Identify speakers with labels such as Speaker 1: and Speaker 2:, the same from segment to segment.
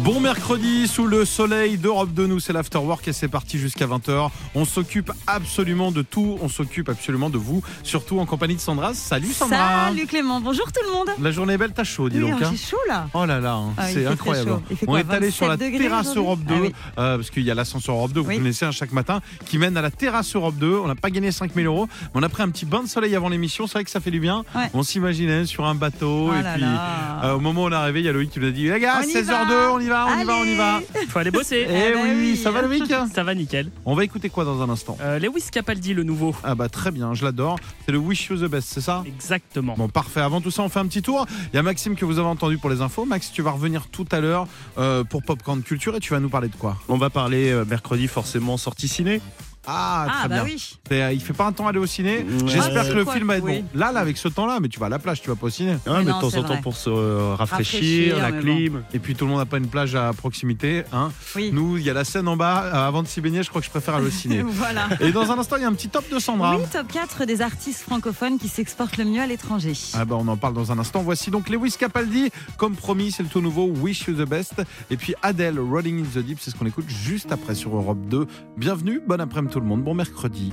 Speaker 1: Bon mercredi sous le soleil d'Europe de nous, c'est l'afterwork et c'est parti jusqu'à 20h. On s'occupe absolument de tout, on s'occupe absolument de vous, surtout en compagnie de Sandra. Salut Sandra
Speaker 2: Salut Clément, bonjour tout le monde.
Speaker 1: La journée est belle, t'as chaud dis
Speaker 2: Oui,
Speaker 1: donc.
Speaker 2: alors,
Speaker 1: hein.
Speaker 2: c'est chaud là.
Speaker 1: Oh là là, hein,
Speaker 2: Ah, il fait
Speaker 1: c'est
Speaker 2: très
Speaker 1: incroyable.
Speaker 2: chaud. Il fait
Speaker 1: on
Speaker 2: quoi,
Speaker 1: est allé sur la
Speaker 2: 27 degrés
Speaker 1: terrasse
Speaker 2: aujourd'hui
Speaker 1: Europe 2,
Speaker 2: Ah oui.
Speaker 1: euh, parce qu'il y a l'ascenseur Europe 2, vous
Speaker 2: Oui.
Speaker 1: connaissez un chaque matin, qui mène à la terrasse Europe 2. On n'a pas gagné 5000 euros, mais on a pris un petit bain de soleil avant l'émission, c'est vrai que ça fait du bien.
Speaker 2: Ouais.
Speaker 1: On s'imaginait sur un bateau,
Speaker 2: Oh
Speaker 1: et
Speaker 2: là
Speaker 1: puis
Speaker 2: là.
Speaker 1: euh, au moment où on est arrivé, il y a Loïc qui nous a dit Les gars,
Speaker 2: On y
Speaker 1: 16h02,
Speaker 2: va.
Speaker 1: on y va, on y va, on y va.
Speaker 2: Allez.
Speaker 3: Faut aller bosser.
Speaker 1: Eh
Speaker 2: Eh ben
Speaker 1: oui,
Speaker 2: oui,
Speaker 1: ça va
Speaker 2: hein.
Speaker 1: le week-end
Speaker 3: Ça va nickel.
Speaker 1: On va écouter quoi dans un instant
Speaker 3: Euh, Lewis Capaldi, le nouveau.
Speaker 1: Ah bah très bien, je l'adore. C'est le Wish You the Best, c'est ça
Speaker 3: Exactement.
Speaker 1: Bon parfait, avant tout ça on fait un petit tour. Il y a Maxime que vous avez entendu pour les infos. Max, tu vas revenir tout à l'heure euh, pour Popcorn Culture et tu vas nous parler de quoi
Speaker 4: On va parler euh, mercredi forcément sortie ciné.
Speaker 1: Ah très
Speaker 2: Ah bah
Speaker 1: bien.
Speaker 2: oui.
Speaker 1: C'est, euh, Il fait pas un temps aller au ciné.
Speaker 4: Ouais.
Speaker 1: J'espère
Speaker 4: Ah,
Speaker 1: que
Speaker 2: c'est
Speaker 1: le
Speaker 2: quoi,
Speaker 1: film va être
Speaker 2: oui.
Speaker 1: bon. Là, là, avec ce temps-là, mais tu vas à la plage, tu vas pas au ciné.
Speaker 4: Hein,
Speaker 2: Mais
Speaker 4: mais
Speaker 2: non,
Speaker 4: de temps
Speaker 2: c'est
Speaker 4: en temps
Speaker 2: vrai.
Speaker 4: pour se euh, rafraîchir,
Speaker 2: Rafraîchir,
Speaker 4: la
Speaker 2: mais
Speaker 4: clim.
Speaker 1: Et puis tout le monde n'a pas une plage à proximité. Hein.
Speaker 2: Oui.
Speaker 1: Nous, il y a la Seine en bas. Euh, avant de s'y baigner, je crois que je préfère aller au ciné.
Speaker 2: voilà.
Speaker 1: et dans un instant, il y a un petit top de Sandra.
Speaker 2: Oui, top 4 des artistes francophones qui s'exportent le mieux à l'étranger.
Speaker 1: Ah bah on en parle dans un instant. Voici donc Lewis Capaldi, comme promis, c'est le tout nouveau Wish You the Best. Et puis Adele, Rolling in the Deep, c'est ce qu'on écoute juste après sur Europe 2. Bienvenue, bon après-midi tout le monde, bon mercredi.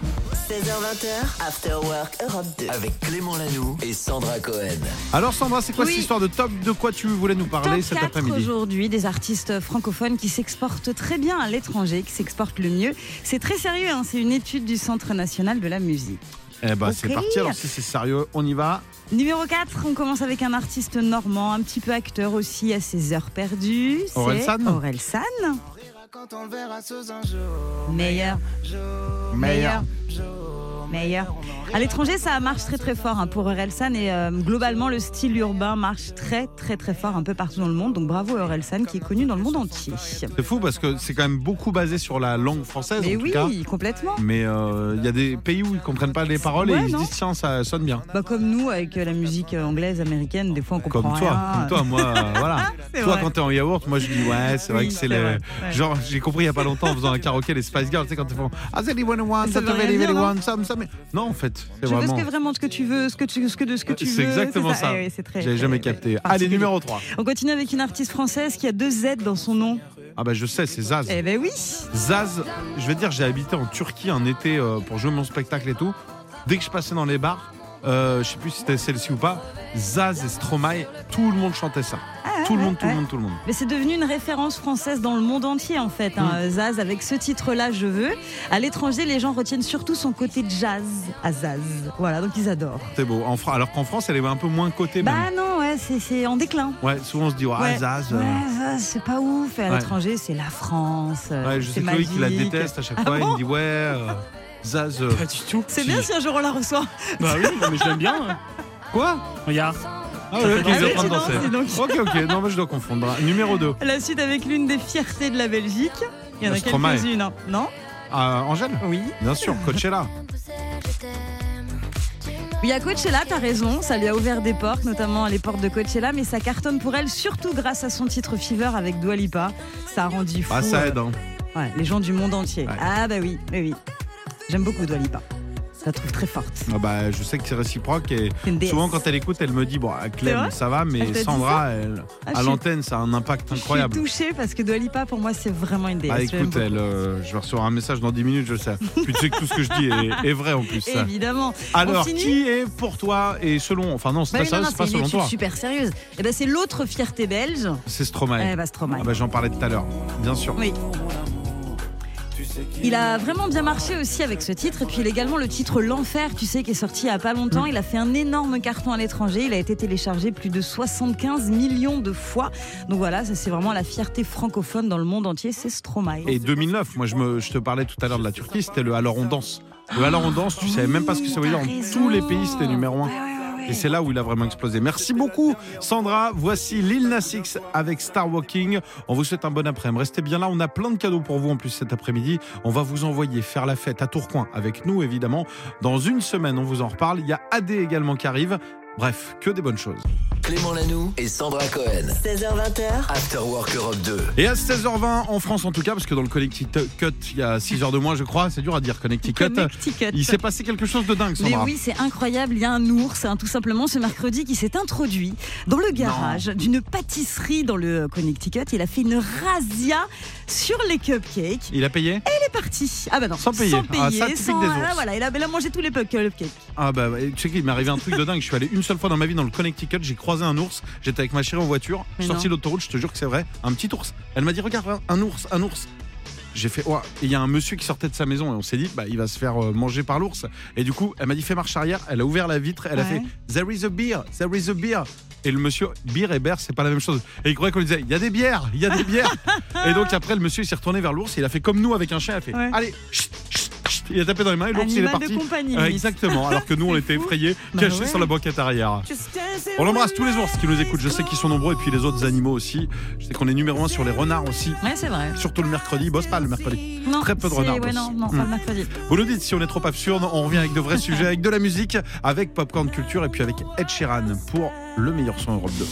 Speaker 5: 16h, 20h, After Work Europe 2.
Speaker 6: Avec Clément Lanoux et Sandra Cohen.
Speaker 1: Alors Sandra, c'est quoi
Speaker 2: Oui.
Speaker 1: cette histoire de top De quoi tu voulais nous parler
Speaker 2: Top
Speaker 1: cet
Speaker 2: 4
Speaker 1: après-midi
Speaker 2: aujourd'hui des artistes francophones qui s'exportent très bien à l'étranger, qui s'exportent le mieux. C'est très sérieux, hein, c'est une étude du Centre national de la musique.
Speaker 1: Eh bah
Speaker 2: Ok.
Speaker 1: c'est parti, alors si c'est sérieux, on y va.
Speaker 2: Numéro 4, on commence avec un artiste normand, un petit peu acteur aussi à ses heures perdues. C'est
Speaker 1: Orelsan
Speaker 2: Orelsan.
Speaker 7: Quand on le verra sous un jour,
Speaker 2: Meilleur,
Speaker 7: jour,
Speaker 2: meilleur,
Speaker 7: jour,
Speaker 2: meilleur.
Speaker 7: on en
Speaker 2: À l'étranger, ça marche très très fort hein, pour Orelsan et euh, globalement le style urbain marche très très très fort un peu partout dans le monde. Donc bravo à Orelsan qui est connu dans le monde entier.
Speaker 1: C'est fou parce que c'est quand même beaucoup basé sur la langue française
Speaker 2: Mais
Speaker 1: en tout cas.
Speaker 2: oui, complètement.
Speaker 1: Mais euh, il y a des pays où ils comprennent pas les paroles
Speaker 2: Ouais,
Speaker 1: et ils se
Speaker 2: non
Speaker 1: disent tiens ça sonne bien.
Speaker 2: Bah, comme nous avec euh, la musique euh, anglaise, américaine, des fois on comprend
Speaker 1: Comme toi,
Speaker 2: rien.
Speaker 1: comme toi, moi, euh, voilà.
Speaker 2: C'est
Speaker 1: Toi,
Speaker 2: vrai.
Speaker 1: quand t'es en yaourt, moi je dis ouais, c'est vrai
Speaker 2: Oui,
Speaker 1: que c'est
Speaker 2: c'est
Speaker 1: le.
Speaker 2: vrai, ouais.
Speaker 1: Genre, j'ai compris il y a pas longtemps en faisant un karaoké les Spice Girls, tu sais, quand ils font ah, As anyone want,
Speaker 2: Ça
Speaker 1: that
Speaker 2: veut rien
Speaker 1: very,
Speaker 2: dire,
Speaker 1: very
Speaker 2: non
Speaker 1: want, some, some. Non, en fait, c'est
Speaker 2: Je veux ce
Speaker 1: vraiment. Euh,
Speaker 2: que vraiment ce que tu veux, ce que tu, ce que de ce que tu veux.
Speaker 1: C'est exactement ça.
Speaker 2: Eh oui, c'est très-
Speaker 1: J'avais
Speaker 2: très-
Speaker 1: jamais
Speaker 2: très
Speaker 1: capté. Allez,
Speaker 2: particulier.
Speaker 1: numéro 3.
Speaker 2: On continue avec une artiste française qui a deux Z dans son nom.
Speaker 1: Ah bah je sais, c'est Zaz.
Speaker 2: Eh ben oui.
Speaker 1: Zaz, je veux dire, j'ai habité en Turquie un été euh, pour jouer mon spectacle et tout. Dès que je passais dans les bars, euh, je sais plus si c'était celle-ci ou pas, Zaz et Stromae, tout le monde chantait ça. Tout le monde, tout le
Speaker 2: Ah, ouais.
Speaker 1: monde, tout le monde.
Speaker 2: Mais c'est devenu une référence française dans le monde entier en fait. hein.
Speaker 1: Mm.
Speaker 2: Zaz avec ce titre-là, je veux. À l'étranger, les gens retiennent surtout son côté jazz à Zaz. Voilà, donc ils adorent.
Speaker 1: C'est beau. En Fran- Alors qu'en France, elle est un peu moins cotée. même.
Speaker 2: Bah non, ouais, c'est- c'est en déclin.
Speaker 1: Ouais, souvent on se dit, ouais,
Speaker 2: Ouais.
Speaker 1: Zaz.
Speaker 2: Ouais,
Speaker 1: euh,
Speaker 2: Zaz, c'est pas ouf. Et à
Speaker 1: Ouais.
Speaker 2: l'étranger, c'est la France. euh,
Speaker 1: Ouais, je sais
Speaker 2: c'est
Speaker 1: que Loïc il la
Speaker 2: magique. Ah
Speaker 1: déteste à chaque fois. il me dit ouais, euh, Zaz. euh,
Speaker 3: Pas du tout.
Speaker 2: C'est bien si un jour on la reçoit.
Speaker 3: Bah oui, non, mais je l'aime bien.
Speaker 1: Quoi
Speaker 3: Regarde.
Speaker 1: Ah
Speaker 3: Ça
Speaker 1: ouais,
Speaker 3: fait
Speaker 1: donc il est
Speaker 3: danser.
Speaker 1: en train de
Speaker 2: Ah oui, tu danses,
Speaker 1: danser. Ok, ok, non, mais je dois confondre. Numéro 2,
Speaker 2: La suite avec l'une des fiertés de la Belgique. Il y en a
Speaker 1: Stromae.
Speaker 2: quelques-unes, hein. non
Speaker 1: euh, Angèle
Speaker 2: Oui.
Speaker 1: Bien sûr, Coachella.
Speaker 2: Oui, à Coachella, t'as raison, ça lui a ouvert des portes, notamment les portes de Coachella, mais ça cartonne pour elle, surtout grâce à son titre Fever avec Dua Lipa. Ça a rendu fou
Speaker 1: Ah, ça
Speaker 2: euh,
Speaker 1: aide, hein.
Speaker 2: ouais, les gens du monde entier.
Speaker 1: Ouais.
Speaker 2: Ah bah oui, oui, oui. J'aime beaucoup Dua Lipa. Je la trouve très forte.
Speaker 1: Ah bah, je sais que c'est réciproque et
Speaker 2: C'est une déesse.
Speaker 1: souvent quand elle écoute, elle me dit Bon, à
Speaker 2: C'est
Speaker 1: Clem,
Speaker 2: vrai
Speaker 1: ça va,
Speaker 2: Elle
Speaker 1: mais
Speaker 2: t'a dit
Speaker 1: Sandra, elle-
Speaker 2: Ah, je
Speaker 1: à
Speaker 2: suis-
Speaker 1: l'antenne, ça a un impact incroyable.
Speaker 2: Je suis touchée parce que Dua Lipa, pour moi, c'est vraiment une déesse.
Speaker 1: Ah,
Speaker 2: Je l'aime
Speaker 1: écoute,
Speaker 2: beaucoup.
Speaker 1: elle, euh, je vais recevoir un message dans 10 minutes, je sais. Puis tu sais que tout ce que je dis est, est vrai en plus.
Speaker 2: Évidemment.
Speaker 1: Alors,
Speaker 2: Eh finit
Speaker 1: qui est pour toi et selon. Enfin, non, c'est pas
Speaker 2: Bah oui, non,
Speaker 1: ça,
Speaker 2: non,
Speaker 1: c'est pas
Speaker 2: c'est une
Speaker 1: selon
Speaker 2: étude
Speaker 1: toi.
Speaker 2: super sérieuse. Et ben c'est l'autre fierté belge.
Speaker 1: C'est Stromae.
Speaker 2: Eh ben, Stromae.
Speaker 1: Ah bah, J'en parlais tout à l'heure, bien sûr.
Speaker 2: Oui. Il a vraiment bien marché aussi avec ce titre. Et puis il a également le titre L'Enfer, tu sais, qui est sorti il y a pas longtemps. Il a fait un énorme carton à l'étranger. Il a été téléchargé plus de 75 millions de fois. Donc voilà, ça c'est vraiment la fierté francophone dans le monde entier. C'est Stromae.
Speaker 1: Et 2009, moi je, me, je te parlais tout à l'heure de la Turquie, c'était le Alors on danse. Le Alors on danse, tu savais même pas ce que ça voulait dire.
Speaker 2: t'as
Speaker 1: En
Speaker 2: raison. Bah
Speaker 1: tous les pays, c'était numéro un.
Speaker 2: Ouais, ouais, ouais, ouais.
Speaker 1: Et c'est là où il a vraiment explosé. Merci beaucoup, Sandra. Voici Lil Nas X avec Star Walking. On vous souhaite un bon après-midi. Restez bien là. On a plein de cadeaux pour vous en plus cet après-midi. On va vous envoyer faire la fête à Tourcoing avec nous, évidemment. Dans une semaine, on vous en reparle. Il y a AD également qui arrive. Bref, que des bonnes choses.
Speaker 6: Clément Lanoux et Sandra Cohen.
Speaker 5: 16h20h,
Speaker 6: After Work Europe 2.
Speaker 1: Et à 16h20, en France en tout cas, parce que dans le Connecticut, il y a 6 heures de moins, je crois, c'est dur à dire, Connecticut.
Speaker 2: Connecticut.
Speaker 1: Il s'est passé quelque chose de dingue,
Speaker 2: Mais
Speaker 1: Sandra.
Speaker 2: oui, c'est incroyable. Il y a un ours, hein, tout simplement, ce mercredi, qui s'est introduit dans le garage d'une pâtisserie dans le Connecticut. Il a fait une razzia sur les cupcakes.
Speaker 1: Il a payé
Speaker 2: Il est parti. Ah bah non,
Speaker 1: Sans payer. Ah, ça, typique des ours.
Speaker 2: ah, voilà, il a, il a mangé tous les pu- cupcakes.
Speaker 1: Ah bah, ouais, tu sais qu'il m'est arrivé un truc de dingue. Je suis allé une seule fois dans ma vie dans le Connecticut, j'ai croisé un ours. J'étais avec ma chérie en voiture, je suis
Speaker 2: Mais
Speaker 1: sorti de l'autoroute, je te jure que c'est vrai, un petit ours. Elle m'a dit regarde un- un ours, un ours. J'ai fait Ouah. Et il y a un monsieur qui sortait de sa maison et on s'est dit bah il va se faire euh, manger par l'ours. Et du coup, elle m'a dit fais marche arrière, elle a ouvert la vitre, elle a
Speaker 2: Ouais.
Speaker 1: fait there is a beer, there is a beer. Et le monsieur, beer et beer, c'est pas la même chose. Et il croyait qu'on lui disait, il y a des bières, il y a des bières. et donc après, le monsieur il s'est retourné vers l'ours, il a fait comme nous avec un chien, il a fait,
Speaker 2: Ouais.
Speaker 1: allez, chut, chut, chut. il a tapé dans les mains et l'ours il est
Speaker 2: Animal de
Speaker 1: parti.
Speaker 2: compagnie.
Speaker 1: Euh,
Speaker 2: limite.
Speaker 1: exactement, alors que nous on était effrayés,
Speaker 2: Bah
Speaker 1: cachés
Speaker 2: ouais.
Speaker 1: sur la banquette arrière. On embrasse tous les ours qui nous écoutent, je sais qu'ils sont nombreux, et puis les autres animaux aussi. Je sais qu'on est numéro un sur les renards aussi,
Speaker 2: Ouais, c'est vrai.
Speaker 1: surtout le mercredi, ils bossent pas le mercredi.
Speaker 2: Non,
Speaker 1: Très peu de
Speaker 2: c'est-
Speaker 1: renards Mm.
Speaker 2: Ouais,
Speaker 1: bossent.
Speaker 2: non, non, pas le mercredi.
Speaker 1: Vous nous dites si on est trop absurde, on revient avec de vrais sujets, avec de la musique, avec Popcorn Culture et puis avec Ed Sheeran pour le meilleur son Europe 2.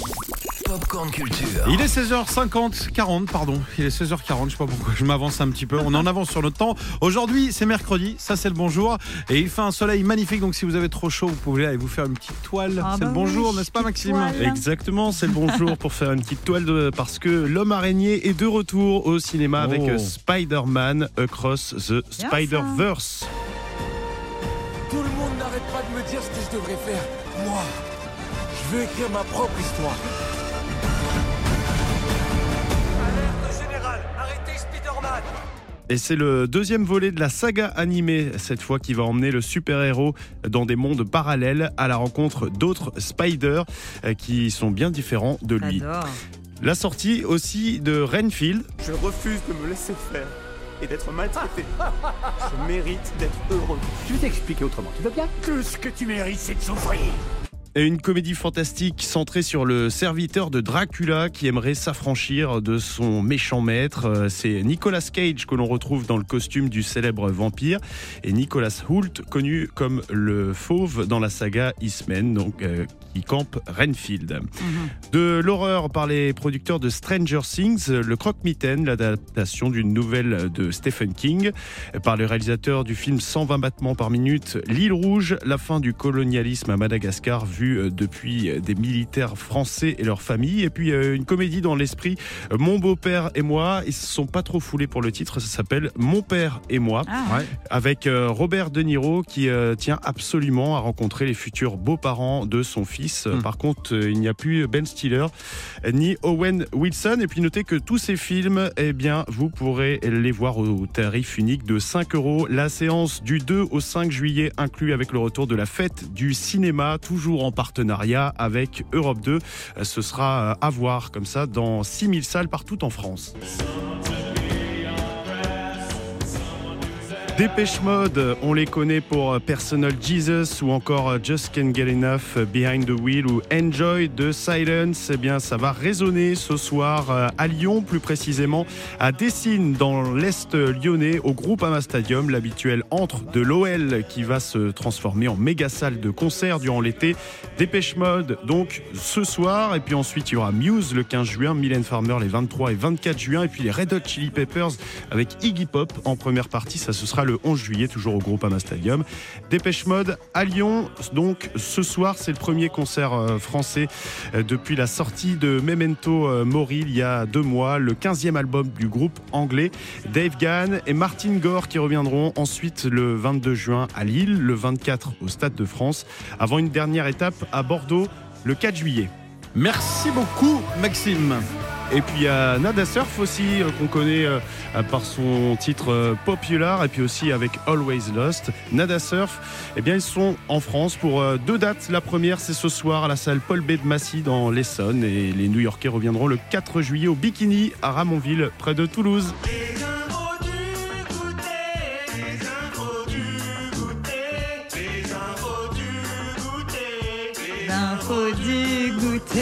Speaker 6: Popcorn Culture.
Speaker 1: Il est 16h50, 40, pardon. Il est 16h40, je sais pas pourquoi je m'avance un petit peu. On en avance sur notre temps. Aujourd'hui, c'est mercredi, ça c'est le bonjour. Et il fait un soleil magnifique, donc si vous avez trop chaud, vous pouvez aller vous faire une petite toile.
Speaker 2: Ah
Speaker 1: c'est
Speaker 2: bah
Speaker 1: le bonjour,
Speaker 2: oui,
Speaker 1: n'est-ce pas
Speaker 2: petite
Speaker 1: Maxime
Speaker 2: toile. Voilà.
Speaker 4: Exactement, c'est le bonjour pour faire une petite toile de, parce que l'homme araignée est de retour au cinéma
Speaker 1: Oh.
Speaker 4: avec euh, Spider-Man Across the
Speaker 2: ça.
Speaker 4: Spider-Verse.
Speaker 8: Tout le monde n'arrête pas de me dire ce que je devrais faire. Moi, je veux écrire ma propre histoire. Alerte générale, arrêtez Spider-Man
Speaker 4: Et c'est le deuxième volet de la saga animée, cette fois qui va emmener le super-héros dans des mondes parallèles à la rencontre d'autres Spider euh, qui sont bien différents de lui.
Speaker 2: J'adore.
Speaker 4: La sortie aussi de Renfield,
Speaker 9: Je refuse de me laisser faire et d'être maltraité. Je mérite d'être heureux.
Speaker 8: Je vais t'expliquer autrement, tu veux bien Tout ce que tu mérites, c'est de souffrir
Speaker 4: Et une comédie fantastique centrée sur le serviteur de Dracula qui aimerait s'affranchir de son méchant maître. Euh, C'est Nicolas Cage que l'on retrouve dans le costume du célèbre vampire et Nicolas Hoult connu comme le fauve dans la saga Eastman, donc euh, qui campe Renfield. De l'horreur par les producteurs de Stranger Things, euh, le croque-mitaine, l'adaptation d'une nouvelle de Stephen King, par le réalisateur du film 120 battements par minute, L'île rouge, la fin du colonialisme à Madagascar vue euh, depuis euh, des militaires français et leurs familles, et puis euh, une comédie dans l'esprit, euh, Mon beau-père et moi, ils se sont pas trop foulés pour le titre, ça s'appelle Mon père et moi
Speaker 2: Ah,
Speaker 4: avec euh, Robert De Niro qui euh, tient absolument à rencontrer les futurs beaux-parents de son fils. Euh,
Speaker 1: Hmm.
Speaker 4: Par contre, euh, il n'y a plus Ben Stiller euh, ni Owen Wilson. Et puis notez que tous ces films, eh bien, vous pourrez les voir au tarif unique de 5 euros. La séance du 2 au 5 juillet inclue avec le retour de la fête du cinéma, toujours en partenariat avec Europe 2. Euh, Ce sera euh, à voir comme ça dans 6000 salles partout en France. Dépêche Mode, on les connaît pour euh, Personal Jesus ou encore euh, Just Can't Get Enough, euh, Behind the Wheel ou Enjoy de Silence. Eh bien, ça va résonner ce soir euh, à Lyon, plus précisément à Dessines, dans l'Est lyonnais, au Groupama Stadium, l'habituel entre de l'OL qui va se transformer en méga salle de concert durant l'été. Dépêche Mode, donc ce soir. Et puis ensuite, il y aura Muse le 15 juin, Mylène Farmer les 23 et 24 juin, et puis les Red Hot Chili Peppers avec Iggy Pop en première partie. Ça, ce sera le 11 juillet, toujours au groupe Ama Stadium. Dépêche Mode à Lyon. Donc, ce soir, c'est le premier concert euh, français euh, depuis la sortie de Memento euh, Mori il y a deux mois, le 15e album du groupe anglais. Dave Gann et Martin Gore qui reviendront ensuite le 22 juin à Lille, le 24 au Stade de France, avant une dernière étape à Bordeaux le 4 juillet.
Speaker 1: Merci beaucoup, Maxime.
Speaker 4: Et puis il y a Nada Surf aussi, euh, qu'on connaît euh, euh, par son titre euh, Popular, et puis aussi avec Always Lost. Nada Surf, eh bien ils sont en France pour euh, deux dates. La première, c'est ce soir à la salle Paul B de Massy dans l'Essonne, et les New Yorkais reviendront le 4 juillet au Bikini à Ramonville, près de Toulouse.
Speaker 2: L'info du goûter.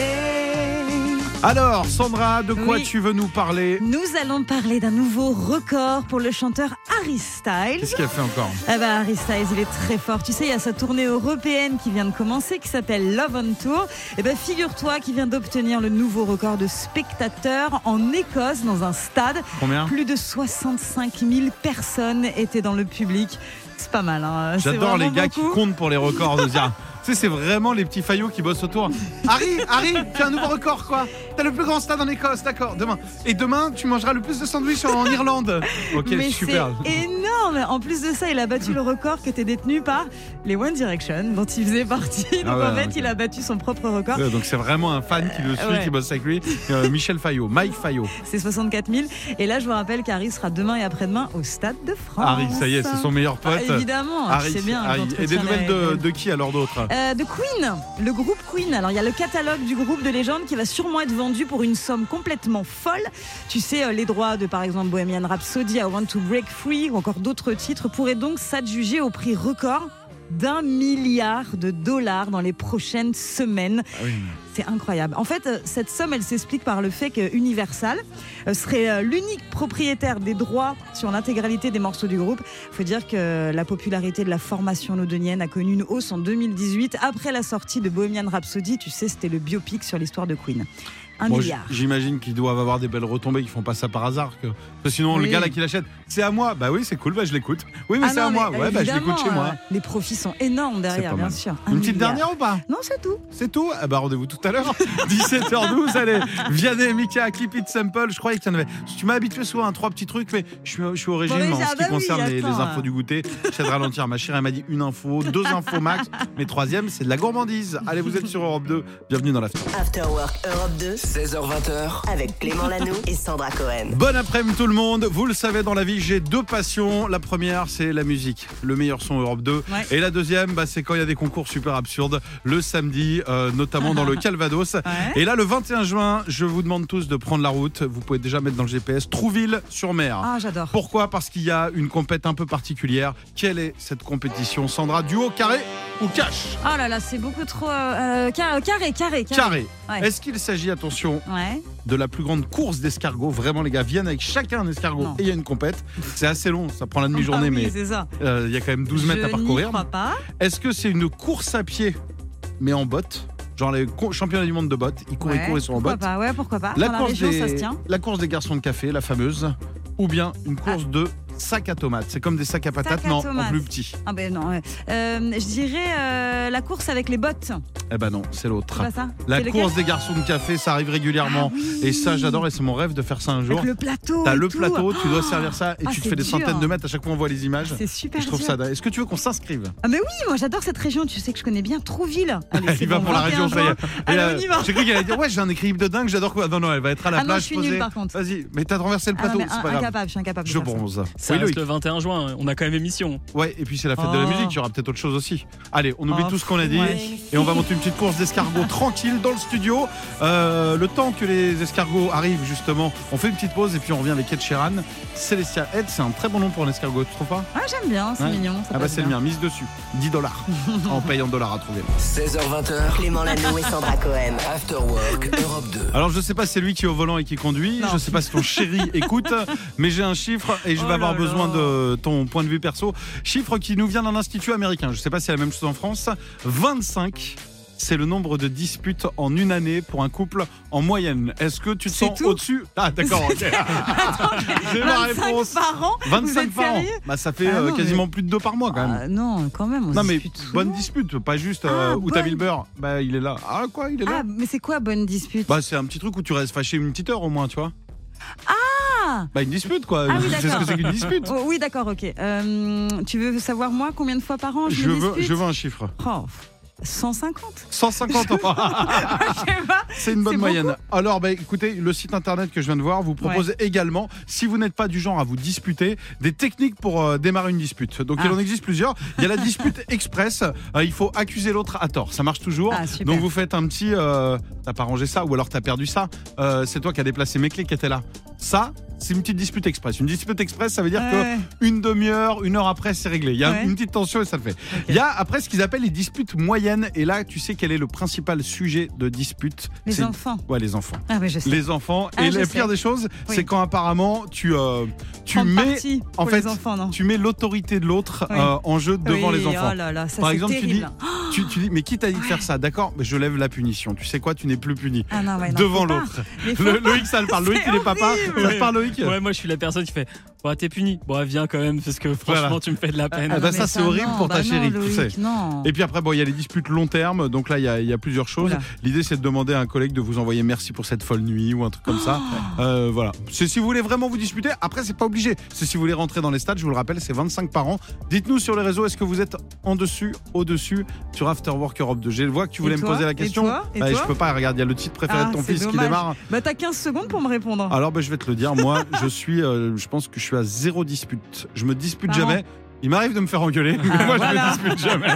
Speaker 1: Alors, Sandra, de quoi
Speaker 2: Oui.
Speaker 1: tu veux nous parler
Speaker 2: Nous allons parler d'un nouveau record pour le chanteur Harry Styles.
Speaker 1: Qu'est-ce qu'elle fait encore
Speaker 2: Ah bah Harry Styles, il est très fort. Tu sais, il y a sa tournée européenne qui vient de commencer, qui s'appelle Love on Tour. Et ben figure-toi qu'il vient d'obtenir le nouveau record de spectateurs en Écosse dans un stade.
Speaker 1: Combien
Speaker 2: Plus de 65 000 personnes étaient dans le public. C'est pas mal. Hein. C'est
Speaker 1: J'adore les
Speaker 2: vraiment
Speaker 1: gars
Speaker 2: beaucoup.
Speaker 1: qui comptent pour les records de dire. Tu sais, c'est vraiment les petits faillots qui bossent autour. Harry, Harry, tu as un nouveau record, quoi. T'as le plus grand stade en Écosse, d'accord, demain. Et demain, tu mangeras le plus de sandwichs en Irlande. Ok,
Speaker 2: Mais
Speaker 1: super.
Speaker 2: c'est énorme En plus de ça, il a battu le record qui était détenu par les One Direction, dont il faisait partie. Donc
Speaker 1: Ah ouais,
Speaker 2: en fait,
Speaker 1: ok. Euh,
Speaker 2: il a battu son propre record.
Speaker 1: Ouais, donc c'est vraiment un fan qui le suit,
Speaker 2: ouais. Oh,
Speaker 1: qui bosse avec lui. Euh, Michel Fayot, Mike Fayot.
Speaker 2: C'est 64 000. Et là, je vous rappelle qu'Harry sera demain et après-demain au Stade de France.
Speaker 1: Harry, ça y est, c'est son meilleur
Speaker 2: Ah,
Speaker 1: pote.
Speaker 2: évidemment,
Speaker 1: Harry,
Speaker 2: c'est bien.
Speaker 1: Harry.
Speaker 2: d'entretien
Speaker 1: Et des nouvelles de,
Speaker 2: avec-
Speaker 1: de qui alors d'autres
Speaker 2: Euh, de Queen, le groupe Queen. Alors il y a le catalogue du groupe de légende qui va sûrement être vendu pour une somme complètement folle. Tu sais, euh, les droits de par exemple Bohemian Rhapsody, I Want to Break Free ou encore d'autres titres pourraient donc s'adjuger au prix record d'un milliard de dollars dans les prochaines semaines. C'est incroyable. En fait, euh, cette somme, elle s'explique par le fait que Universal euh, serait euh, l'unique propriétaire des droits sur l'intégralité des morceaux du groupe. Faut dire que la popularité de la formation londonienne a connu une hausse en 2018 après la sortie de Bohemian Rhapsody. Tu sais, c'était le biopic sur l'histoire de Queen. Un
Speaker 1: Bon, j-
Speaker 2: milliard.
Speaker 1: J'imagine qu'ils doivent avoir des belles retombées, qu'ils font pas ça par hasard. Que... parce que Sinon, le
Speaker 2: Oui.
Speaker 1: gars là qui l'achète, c'est à moi. Bah oui, c'est cool, bah je l'écoute. Oui, mais
Speaker 2: Ah
Speaker 1: c'est
Speaker 2: non,
Speaker 1: à moi.
Speaker 2: mais,
Speaker 1: ouais, bah je l'écoute chez
Speaker 2: évidemment,
Speaker 1: moi.
Speaker 2: euh, Les profits sont énormes derrière,
Speaker 1: pas
Speaker 2: bien
Speaker 1: mal.
Speaker 2: sûr. Un
Speaker 1: Une petite
Speaker 2: milliard.
Speaker 1: dernière ou pas
Speaker 2: Non, c'est tout.
Speaker 1: C'est tout Ah bah rendez-vous tout à l'heure. 17h12, allez. Vianney, Mika, Clip It Simple. Je croyais qu'il y en avait. Tu m'as habitué souvent à trois petits trucs, mais je suis, je suis au régime
Speaker 2: Bon, mais
Speaker 1: en
Speaker 2: ah
Speaker 1: ce qui
Speaker 2: bah oui,
Speaker 1: concerne les,
Speaker 2: attends,
Speaker 1: les
Speaker 2: hein.
Speaker 1: infos du goûter. J'essaie de ralentir. Ma chérie, elle m'a dit une info, deux infos max. Mais troisième, c'est de la gourmandise. Allez, vous êtes sur Europe 2. Bienvenue dans la
Speaker 5: After Work Europe 2
Speaker 6: 16h20h,
Speaker 5: avec Clément Lano et Sandra Cohen.
Speaker 1: Bon après-midi tout le monde, vous le savez dans la vie j'ai deux passions, la première c'est la musique, le meilleur son Europe 2
Speaker 2: Ouais.
Speaker 1: et la deuxième bah, c'est quand il y a des concours super absurdes le samedi euh, notamment dans le Calvados
Speaker 2: Ah
Speaker 1: et là le 21 juin je vous demande tous de prendre la route, vous pouvez déjà mettre dans le GPS Trouville sur mer
Speaker 2: Ah, j'adore.
Speaker 1: Pourquoi Parce qu'il y a une compète un peu particulière quelle est cette compétition Sandra, duo, carré ou cash
Speaker 2: Oh là là, c'est beaucoup trop. euh, euh, car- carré, carré, carré.
Speaker 1: Carré
Speaker 2: Ouais.
Speaker 1: Est-ce qu'il s'agit, attention,
Speaker 2: Ouais.
Speaker 1: de la plus grande course d'escargots. Vraiment, les gars viennent avec chacun un escargot
Speaker 2: Non.
Speaker 1: et il y a une compète. C'est assez long, ça prend la
Speaker 2: Ah
Speaker 1: demi-journée,
Speaker 2: oui,
Speaker 1: mais
Speaker 2: C'est ça.
Speaker 1: euh, il y a quand même 12 mètres
Speaker 2: Je
Speaker 1: à parcourir.
Speaker 2: n'y crois pas.
Speaker 1: Est-ce que c'est une course à pied, mais en bottes Genre les co- championnats du monde de bottes, ils courent, ils
Speaker 2: Ouais,
Speaker 1: courent, ils sont en
Speaker 2: pourquoi
Speaker 1: bottes.
Speaker 2: pas, ouais, pourquoi pas.
Speaker 1: La,
Speaker 2: Dans la
Speaker 1: course
Speaker 2: région, ça se
Speaker 1: des,
Speaker 2: tient. Ah.
Speaker 1: la course des garçons de café, la fameuse, ou bien une course de sac à tomates. C'est comme des sacs à patates,
Speaker 2: à
Speaker 1: non, en
Speaker 2: tomates.
Speaker 1: plus petit.
Speaker 2: Ah ben non. ouais. Euh, je dirais euh, la course avec les bottes.
Speaker 1: Eh ben non, c'est
Speaker 2: C'est
Speaker 1: l'autre.
Speaker 2: pas ça
Speaker 1: La
Speaker 2: Bah, C'est lequel
Speaker 1: course des garçons de café, ça arrive régulièrement. Et ça, j'adore et c'est mon rêve de faire ça un jour.
Speaker 2: Avec le plateau.
Speaker 1: T'as
Speaker 2: et
Speaker 1: le
Speaker 2: tout.
Speaker 1: plateau, tu dois
Speaker 2: Oh
Speaker 1: servir ça et
Speaker 2: Ah,
Speaker 1: tu te
Speaker 2: c'est
Speaker 1: fais des
Speaker 2: dur.
Speaker 1: centaines de mètres à chaque fois on voit les images.
Speaker 2: C'est super.
Speaker 1: Je trouve
Speaker 2: dur.
Speaker 1: ça dingue. Est-ce que tu veux qu'on s'inscrive
Speaker 2: Ah mais oui, moi j'adore cette région. Tu sais que je connais bien Trouville. Allez,
Speaker 1: Elle
Speaker 2: c'est
Speaker 1: y va
Speaker 2: bon,
Speaker 1: pour la
Speaker 2: 21
Speaker 1: région, ça y est.
Speaker 2: juin. Allez,
Speaker 1: Et, euh,
Speaker 2: on y va.
Speaker 1: J'ai cru qu'elle allait dire Ouais, j'ai un équilibre de dingue, j'adore quoi. Non, non, elle va être à la
Speaker 2: Ah non,
Speaker 1: plage
Speaker 2: je suis
Speaker 1: posée.
Speaker 2: nulle, par contre.
Speaker 1: Vas-y, mais t'as traversé le
Speaker 2: Ah non,
Speaker 1: plateau,
Speaker 2: mais
Speaker 1: c'est
Speaker 2: un-
Speaker 1: pas grave.
Speaker 2: incapable, je suis incapable. de
Speaker 1: Je
Speaker 2: faire ça.
Speaker 1: bronze.
Speaker 3: Ça
Speaker 1: Oui,
Speaker 3: reste
Speaker 1: Loïc.
Speaker 3: le 21 juin, hein. on a quand même émission.
Speaker 1: Ouais, et puis c'est la fête de la
Speaker 2: Oh.
Speaker 1: musique, il y aura peut-être autre chose aussi. Allez, on oublie
Speaker 2: Oh,
Speaker 1: tout ce qu'on a dit
Speaker 2: ouais.
Speaker 1: et on va monter une petite course d'escargots tranquille dans le studio. Euh, le temps que les escargots arrivent, justement, on fait une petite pause et puis on revient avec Ed Sheeran. Celestia Ed, c'est un très bon nom pour un escargot, tu trouves pas
Speaker 2: Ah j'aime bien, c'est
Speaker 1: Ouais.
Speaker 2: mignon. ça
Speaker 1: Ah bah
Speaker 2: passe
Speaker 1: c'est le
Speaker 2: bien.
Speaker 1: mien, mise dessus. 10 dollars en payant dollars à trouver.
Speaker 6: 16h20h,
Speaker 5: Clément Lano et Sandra Cohen.
Speaker 6: After Work Europe 2.
Speaker 1: Alors je sais pas si c'est lui qui est au volant et qui conduit,
Speaker 2: Non.
Speaker 1: je sais pas si ton chéri écoute, mais j'ai un chiffre et je vais
Speaker 2: Oh
Speaker 1: avoir
Speaker 2: là
Speaker 1: besoin
Speaker 2: là.
Speaker 1: de ton point de vue perso. Chiffre qui nous vient d'un institut américain, je sais pas si c'est la même chose en France. 25, c'est le nombre de disputes en une année pour un couple en moyenne. Est-ce que tu te
Speaker 2: C'est
Speaker 1: sens
Speaker 2: tout
Speaker 1: au-dessus Ah d'accord, ok. J'ai ma
Speaker 2: 25
Speaker 1: réponse.
Speaker 2: par an. vous
Speaker 1: 25
Speaker 2: êtes
Speaker 1: par an.
Speaker 2: sérieux
Speaker 1: Bah ça fait
Speaker 2: Ah
Speaker 1: euh,
Speaker 2: non,
Speaker 1: quasiment plus de deux par mois quand même.
Speaker 2: Ah, non, quand même. On
Speaker 1: Non
Speaker 2: se
Speaker 1: mais
Speaker 2: dispute souvent.
Speaker 1: bonne dispute, pas juste euh,
Speaker 2: Ah,
Speaker 1: où t'as
Speaker 2: bonne-
Speaker 1: mis le beurre. Bah il est là. Ah quoi, il est là
Speaker 2: Ah mais c'est quoi bonne dispute
Speaker 1: Bah c'est un petit truc où tu restes fâché une petite heure au moins, tu vois.
Speaker 2: Ah
Speaker 1: Bah une dispute quoi.
Speaker 2: Ah oui,
Speaker 1: c'est ce que
Speaker 2: d'accord.
Speaker 1: c'est qu'une dispute.
Speaker 2: Oh, Oui d'accord, ok. Euh, tu veux savoir moi combien de fois par an je,
Speaker 1: Je
Speaker 2: me
Speaker 1: veux,
Speaker 2: dispute
Speaker 1: je veux un chiffre.
Speaker 2: Oh, 150
Speaker 1: 150 euros. Ah,
Speaker 2: Je sais pas.
Speaker 1: c'est une bonne
Speaker 2: C'est
Speaker 1: moyenne. Alors, bah, écoutez, le site internet que je viens de voir vous propose également, si vous n'êtes pas du genre à vous disputer, des techniques pour euh, démarrer une dispute. Donc, il
Speaker 2: Ah.
Speaker 1: en existe plusieurs. Il y a la dispute express. Euh, il faut accuser l'autre à tort. Ça marche toujours.
Speaker 2: Ah, super.
Speaker 1: Donc, vous faites un petit. euh, t'as pas rangé ça ou alors t'as perdu ça. Euh, c'est toi qui as déplacé mes clés qui étaient là. Ça, c'est une petite dispute express. Une dispute express, ça veut dire
Speaker 2: Ouais.
Speaker 1: que une demi-heure, une heure après, c'est réglé. Il y a
Speaker 2: Ouais.
Speaker 1: une petite tension et ça le fait. Il y a après ce qu'ils appellent les disputes moyennes. Et là, tu sais quel est le principal sujet de dispute
Speaker 2: Les
Speaker 1: C'est-
Speaker 2: enfants.
Speaker 1: Ouais, les enfants.
Speaker 2: Ah, mais je sais.
Speaker 1: Les enfants.
Speaker 2: Ah,
Speaker 1: et
Speaker 2: je
Speaker 1: le
Speaker 2: sais.
Speaker 1: pire des choses,
Speaker 2: Oui.
Speaker 1: c'est quand apparemment tu, euh, tu
Speaker 2: Prendre
Speaker 1: mets.
Speaker 2: parti
Speaker 1: en
Speaker 2: pour
Speaker 1: fait,
Speaker 2: les enfants, non
Speaker 1: Tu mets l'autorité de l'autre
Speaker 2: Oui.
Speaker 1: euh, en jeu devant
Speaker 2: Oui,
Speaker 1: les enfants.
Speaker 2: Oh là là, ça
Speaker 1: Par
Speaker 2: c'est
Speaker 1: exemple, tu dis,
Speaker 2: terrible.
Speaker 1: tu, tu dis, mais qui t'a dit de faire ça D'accord, mais je lève la punition. Tu sais quoi Tu n'es plus puni.
Speaker 2: Ah non, ouais, non,
Speaker 1: devant
Speaker 2: faut pas.
Speaker 1: l'autre.
Speaker 2: Mais faut
Speaker 1: Le, Ah, Loïc, ça le parle. Loïc, il est papa. Ça
Speaker 3: Ouais.
Speaker 1: te parle, Loïc
Speaker 3: Ouais, moi je suis la personne qui fait Bah, t'es puni. Bah, viens quand même, parce que franchement,
Speaker 1: Voilà.
Speaker 3: tu me fais de la peine.
Speaker 1: Ah bah
Speaker 2: mais
Speaker 1: ça, c'est horrible
Speaker 2: non,
Speaker 1: pour ta
Speaker 2: bah non,
Speaker 1: chérie, tu
Speaker 2: Loïc,
Speaker 1: sais.
Speaker 2: Non.
Speaker 1: Et puis après, bon, il y a les disputes long terme, donc là, il y a, il y a plusieurs choses.
Speaker 2: Oula.
Speaker 1: L'idée, c'est de demander à un collègue de vous envoyer merci pour cette folle nuit ou un truc comme ça.
Speaker 2: Oh.
Speaker 1: Euh, voilà. C'est si vous voulez vraiment vous disputer. Après, c'est pas obligé. C'est si vous voulez rentrer dans les stades, je vous le rappelle, c'est 25 par an. Dites-nous sur les réseaux, est-ce que vous êtes en dessus, au-dessus, sur Afterwork Europe 2. Je vois que tu voulais
Speaker 2: Et
Speaker 1: me
Speaker 2: toi
Speaker 1: poser la
Speaker 2: Et
Speaker 1: question.
Speaker 2: toi Et
Speaker 1: Ouais,
Speaker 2: toi
Speaker 1: je peux pas, regarde, il y a le titre préféré
Speaker 2: Ah,
Speaker 1: de ton
Speaker 2: c'est
Speaker 1: fils qui
Speaker 2: dommage.
Speaker 1: démarre.
Speaker 2: Bah t'as 15 secondes pour me répondre.
Speaker 1: Alors, ben, je vais te le dire, moi, je suis, euh, je pense que je suis à zéro dispute. Je me dispute
Speaker 2: Marrant.
Speaker 1: jamais. Il m'arrive de me faire engueuler, mais
Speaker 2: Ah,
Speaker 1: moi,
Speaker 2: voilà.
Speaker 1: je me dispute jamais.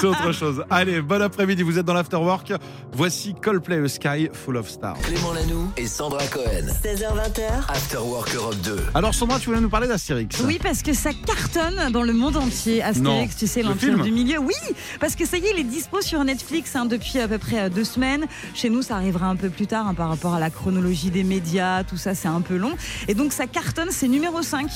Speaker 1: C'est autre chose. Allez, bon après-midi, vous êtes dans l'afterwork. Voici Coldplay A Sky Full of Stars.
Speaker 6: Clément Lanoux et Sandra Cohen.
Speaker 5: 16h20h,
Speaker 6: Afterwork Europe 2.
Speaker 1: Alors, Sandra, tu voulais nous parler d'Astérix
Speaker 2: Oui, parce que ça cartonne dans le monde entier. Astérix,
Speaker 1: Non.
Speaker 2: tu sais,
Speaker 1: Le
Speaker 2: l'empire
Speaker 1: film
Speaker 2: du milieu. Oui, parce que ça y est, il est dispo sur Netflix hein, depuis à peu près euh, deux semaines. Chez nous, ça arrivera un peu plus tard hein, par rapport à la chronologie des médias, tout ça, c'est un peu long. Et donc, ça cartonne, c'est numéro 5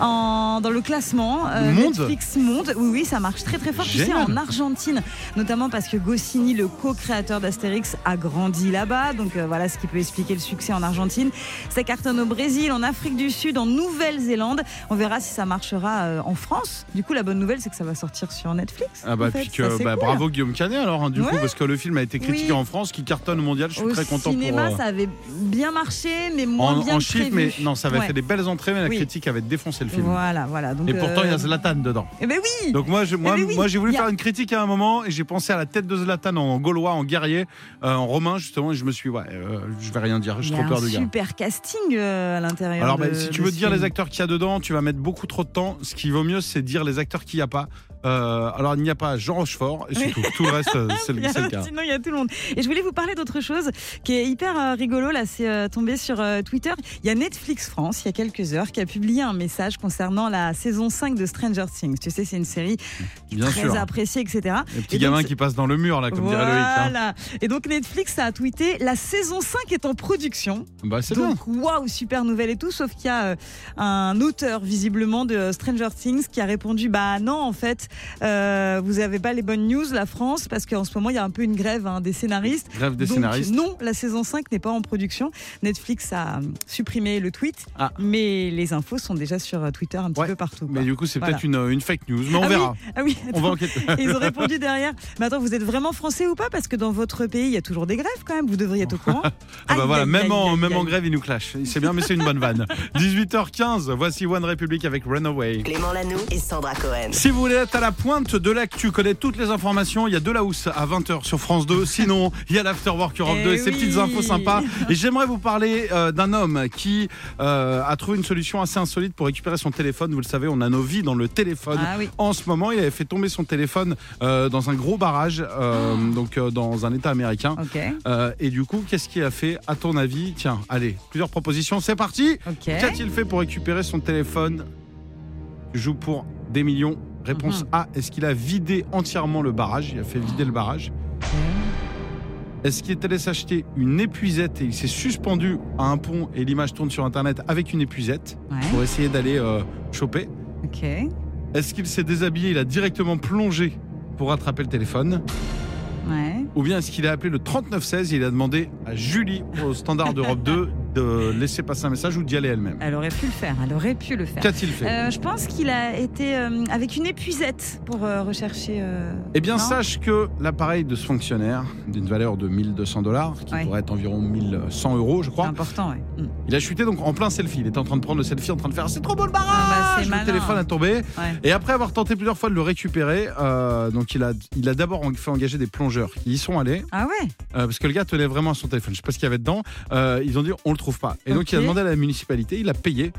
Speaker 2: en, dans le classement. euh,
Speaker 1: Monde
Speaker 2: Netflix Monde. Oui, oui, ça marche très très fort. Tu sais,
Speaker 1: Génial.
Speaker 2: en Argentine, notamment parce que Goscinny, le co-créateur d'Astérix, a grandi là-bas. Donc euh, voilà ce qui peut expliquer le succès en Argentine. Ça cartonne au Brésil, en Afrique du Sud, en Nouvelle-Zélande. On verra si ça marchera euh, en France. Du coup, la bonne nouvelle, c'est que ça va sortir sur Netflix.
Speaker 1: Ah bah,
Speaker 2: en fait.
Speaker 1: puis que,
Speaker 2: Ça, c'est
Speaker 1: bah,
Speaker 2: cool.
Speaker 1: bravo Guillaume Canet alors hein, du
Speaker 2: Ouais.
Speaker 1: coup parce que le film a été critiqué
Speaker 2: Oui.
Speaker 1: en France qui cartonne au mondial je suis
Speaker 2: Au
Speaker 1: très content
Speaker 2: cinéma,
Speaker 1: pour euh,
Speaker 2: ça avait bien marché, mais moins
Speaker 1: en,
Speaker 2: bien
Speaker 1: en
Speaker 2: que
Speaker 1: chiffres mais
Speaker 2: prévu.
Speaker 1: non ça avait
Speaker 2: Ouais.
Speaker 1: fait des belles entrées mais la
Speaker 2: Oui.
Speaker 1: critique avait défoncé le film
Speaker 2: Voilà, voilà. Donc,
Speaker 1: et pourtant il y
Speaker 2: euh,
Speaker 1: a Zlatan dedans
Speaker 2: Eh ben oui
Speaker 1: Donc moi, je, moi,
Speaker 2: Eh ben oui,
Speaker 1: moi j'ai voulu
Speaker 2: il y a-
Speaker 1: faire une critique à un moment et j'ai pensé à la tête de Zlatan en gaulois, en guerrier, euh, en romain justement, et je me suis ouais, euh, je vais rien dire,
Speaker 2: Il
Speaker 1: j'ai
Speaker 2: y a
Speaker 1: trop peur
Speaker 2: un
Speaker 1: du gars.
Speaker 2: super casting euh, à l'intérieur.
Speaker 1: Alors
Speaker 2: de-
Speaker 1: ben, si tu
Speaker 2: de
Speaker 1: veux
Speaker 2: ce
Speaker 1: dire
Speaker 2: film.
Speaker 1: les acteurs qu'il y a dedans, tu vas mettre beaucoup trop de temps. Ce qui vaut mieux, c'est dire les acteurs qu'il n'y a pas. Euh, alors il n'y a pas Jean Rochefort et c'est tout. Tout le reste, euh, c'est
Speaker 2: Il
Speaker 1: le,
Speaker 2: y a-
Speaker 1: c'est le cas.
Speaker 2: Sinon, il y a tout le monde. Et je voulais vous parler d'autre chose qui est hyper euh, rigolo. Là, c'est euh, tombé sur euh, Twitter. Il y a Netflix France, il y a quelques heures, qui a publié un message concernant la saison 5 de Stranger Things. Tu sais, c'est une série
Speaker 1: Bien
Speaker 2: très
Speaker 1: sûr.
Speaker 2: appréciée, etc.
Speaker 1: Les petits
Speaker 2: Et donc,
Speaker 1: gamins
Speaker 2: c'est-
Speaker 1: qui passent dans le mur là, comme dirait Loïc. hein.
Speaker 2: voilà. Et donc Netflix a tweeté la saison 5 est en production.
Speaker 1: Bah c'est bien.
Speaker 2: Donc waouh, super nouvelle et tout. Sauf qu'il y a euh, un auteur visiblement de euh, Stranger Things qui a répondu bah non en fait euh, vous avez pas les bonnes news la France parce qu'en ce moment il y a un peu une grève hein, des scénaristes.
Speaker 1: Grève des
Speaker 2: Donc,
Speaker 1: scénaristes.
Speaker 2: Non, la saison 5 n'est pas en production. Netflix a euh, supprimé le tweet,
Speaker 1: Ah.
Speaker 2: mais les infos sont déjà sur euh, Twitter un petit
Speaker 1: Ouais,
Speaker 2: peu partout. quoi.
Speaker 1: Mais du coup c'est
Speaker 2: Voilà.
Speaker 1: peut-être une, euh, une fake news, mais on
Speaker 2: Ah oui,
Speaker 1: verra.
Speaker 2: ah oui,
Speaker 1: On va
Speaker 2: attends.
Speaker 1: enquêter.
Speaker 2: Et ils ont répondu derrière. Mais attends, vous êtes vraiment français ou pas Parce que dans votre pays, il y a toujours des grèves quand même. Vous devriez être au courant.
Speaker 1: Ah bah
Speaker 2: Aïe,
Speaker 1: voilà,
Speaker 2: aïe,
Speaker 1: même, en,
Speaker 2: aïe,
Speaker 1: même
Speaker 2: aïe.
Speaker 1: en grève, il nous clash. C'est bien, mais c'est une bonne vanne. 18h15, voici One Republic avec Runaway.
Speaker 5: Clément Lanoux et Sandra Cohen.
Speaker 1: Si vous voulez être à la pointe de l'actu, connaître toutes les informations, il y a de la housse à 20h sur France 2. Sinon, il y a l'Afterwork Europe
Speaker 2: Eh
Speaker 1: 2 et ces
Speaker 2: oui.
Speaker 1: petites infos sympas. Et j'aimerais vous parler euh, d'un homme qui euh, a trouvé une solution assez insolite pour récupérer son téléphone. Vous le savez, on a nos vies dans le téléphone.
Speaker 2: Ah oui.
Speaker 1: En ce moment, il avait fait tomber son téléphone euh, dans un gros barrage, euh,
Speaker 2: Ah.
Speaker 1: donc euh, dans un État américain.
Speaker 2: Ok,
Speaker 1: Euh, et du coup, qu'est-ce qu'il a fait à ton avis Tiens, allez, plusieurs propositions, c'est parti
Speaker 2: ok.
Speaker 1: Qu'a-t-il fait pour récupérer son téléphone Il Joue pour des millions. Réponse
Speaker 2: Mhm.
Speaker 1: A, est-ce qu'il a vidé entièrement le barrage Il a fait vider le barrage. Est-ce qu'il est allé s'acheter une épuisette et il s'est suspendu à un pont et l'image tourne sur Internet avec une épuisette
Speaker 2: Ouais,
Speaker 1: pour essayer d'aller euh, choper
Speaker 2: ok.
Speaker 1: Est-ce qu'il s'est déshabillé Il a directement plongé pour rattraper le téléphone
Speaker 2: Ouais.
Speaker 1: ou bien est-ce qu'il a appelé le 3916 et il a demandé à Julie au standard d'Europe 2 de laisser passer un message ou d'y aller elle-même
Speaker 2: Elle aurait pu le faire. Elle aurait pu le faire.
Speaker 1: Qu'a-t-il fait
Speaker 2: Euh, je pense qu'il a été euh, avec une épuisette pour euh, rechercher. euh,
Speaker 1: Eh bien,
Speaker 2: non
Speaker 1: sache que l'appareil de ce fonctionnaire, d'une valeur de 1200 dollars, qui
Speaker 2: Ouais.
Speaker 1: pourrait être environ 1100 euros, je
Speaker 2: C'est
Speaker 1: crois,
Speaker 2: important, ouais. Mm.
Speaker 1: il a chuté donc en plein selfie. Il était en train de prendre le selfie, en train de faire C'est trop beau le barrage
Speaker 2: Ah bah, c'est
Speaker 1: Le
Speaker 2: malin.
Speaker 1: téléphone a tombé.
Speaker 2: Ouais.
Speaker 1: Et après avoir tenté plusieurs fois de le récupérer, euh, donc il a, il a d'abord fait engager des plongeurs qui y sont allés.
Speaker 2: Ah ouais
Speaker 1: Euh, parce que le gars tenait vraiment à son téléphone. Je sais pas ce qu'il y avait dedans. Euh, ils ont dit on le trouve pas. Et donc
Speaker 2: Ok.
Speaker 1: il a demandé à la municipalité, il a payé.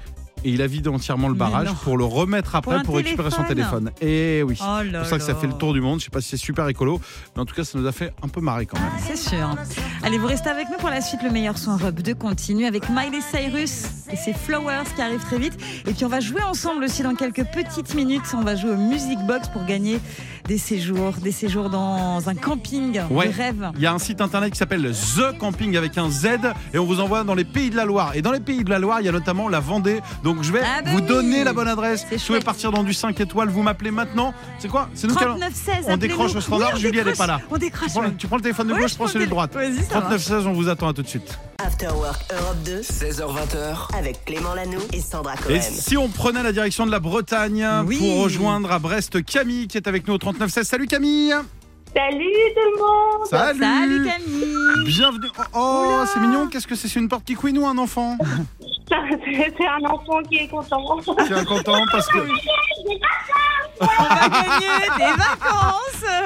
Speaker 1: Et il a vidé entièrement le
Speaker 2: Mais
Speaker 1: barrage
Speaker 2: non.
Speaker 1: pour le remettre après
Speaker 2: Pour un
Speaker 1: pour, récupérer son
Speaker 2: téléphone.
Speaker 1: téléphone. Et oui.
Speaker 2: Oh
Speaker 1: c'est
Speaker 2: là
Speaker 1: pour ça que ça
Speaker 2: là.
Speaker 1: fait le tour du monde. Je sais pas si c'est super écolo, mais en tout cas, ça nous a fait un peu marrer quand même.
Speaker 2: C'est sûr. Allez, vous restez avec nous pour la suite. Le meilleur son Europe 2 continue avec Miley Cyrus. et c'est Flowers qui arrive très vite. Et puis on va jouer ensemble aussi dans quelques petites minutes. On va jouer au Music Box pour gagner des séjours, des séjours dans un camping
Speaker 1: Ouais.
Speaker 2: de rêve.
Speaker 1: Il y a un site internet qui s'appelle The Camping avec un Z et on vous envoie dans les pays de la Loire. Et dans les pays de la Loire, il y a notamment la Vendée. Donc je vais
Speaker 2: Ah bah
Speaker 1: vous
Speaker 2: oui.
Speaker 1: donner la bonne adresse.
Speaker 2: C'est
Speaker 1: Si vous voulez
Speaker 2: chouette.
Speaker 1: partir dans du 5 étoiles, vous m'appelez maintenant. C'est quoi C'est nous qui allons-
Speaker 2: 39 16
Speaker 1: On décroche
Speaker 2: appelez-nous.
Speaker 1: le standard,
Speaker 2: Oui, on
Speaker 1: Julie, elle est pas là.
Speaker 2: décroche, On décroche.
Speaker 1: Tu prends,
Speaker 2: ouais.
Speaker 1: tu prends le téléphone de
Speaker 2: Ouais,
Speaker 1: gauche,
Speaker 2: je
Speaker 1: prends
Speaker 2: prends
Speaker 1: celui de
Speaker 2: le
Speaker 1: droite.
Speaker 2: téléphone. Vas-y, ça
Speaker 1: 39-16, on vous attend à tout de suite.
Speaker 5: After Work Europe 2
Speaker 6: 16h20h,
Speaker 5: avec Clément Lanoux et Sandra Cohen.
Speaker 1: Et si on prenait la direction de la Bretagne
Speaker 2: Oui.
Speaker 1: pour rejoindre à Brest Camille qui est avec nous au 39-16. Salut Camille
Speaker 10: Salut tout le monde
Speaker 1: Salut,
Speaker 2: Salut Camille.
Speaker 1: Bienvenue Oh, Oh, c'est mignon, qu'est-ce que c'est C'est une porte qui couine ou un enfant
Speaker 10: Ça, C'est c'est un enfant qui est content.
Speaker 1: Tiens, content parce que...
Speaker 2: On va gagner des vacances.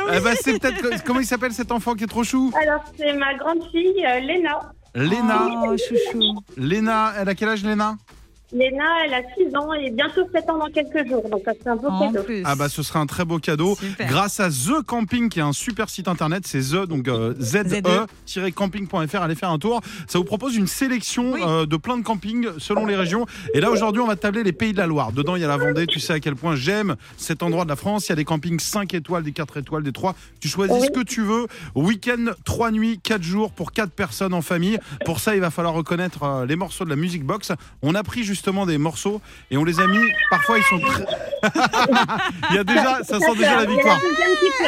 Speaker 2: Oui.
Speaker 1: Eh ben, c'est peut-être que- comment il s'appelle cet enfant qui est trop
Speaker 2: Oh.
Speaker 1: chou
Speaker 10: Alors c'est ma grande fille euh, Léna.
Speaker 1: Léna.
Speaker 2: Oh, chouchou.
Speaker 1: Léna, elle a quel âge Léna
Speaker 10: Léna, elle a 6 ans et bientôt 7 ans dans quelques jours, donc ça c'est un beau
Speaker 2: En
Speaker 10: cadeau.
Speaker 2: plus.
Speaker 1: Ah bah ce sera un très beau cadeau.
Speaker 2: Super.
Speaker 1: Grâce à The Camping qui est un super site internet, c'est The donc euh, ZE-camping.fr, allez faire un tour. Ça vous propose une sélection
Speaker 2: Oui.
Speaker 1: euh, de plein de campings selon les régions. Et là aujourd'hui on va tabler les pays de la Loire. Dedans il y a la Vendée, tu sais à quel point j'aime cet endroit de la France. Il y a des campings 5 étoiles, des 4 étoiles, des 3. Tu choisis
Speaker 10: Oui.
Speaker 1: ce que tu veux. Week-end, 3 nuits, 4 jours pour 4 personnes en famille. Pour ça il va falloir reconnaître euh, les morceaux de la musique box. On a pris justement des morceaux et on les a mis. Parfois ils sont très... Il y a déjà, ça sent Oh, déjà la
Speaker 10: pleure,
Speaker 1: victoire.
Speaker 10: Il y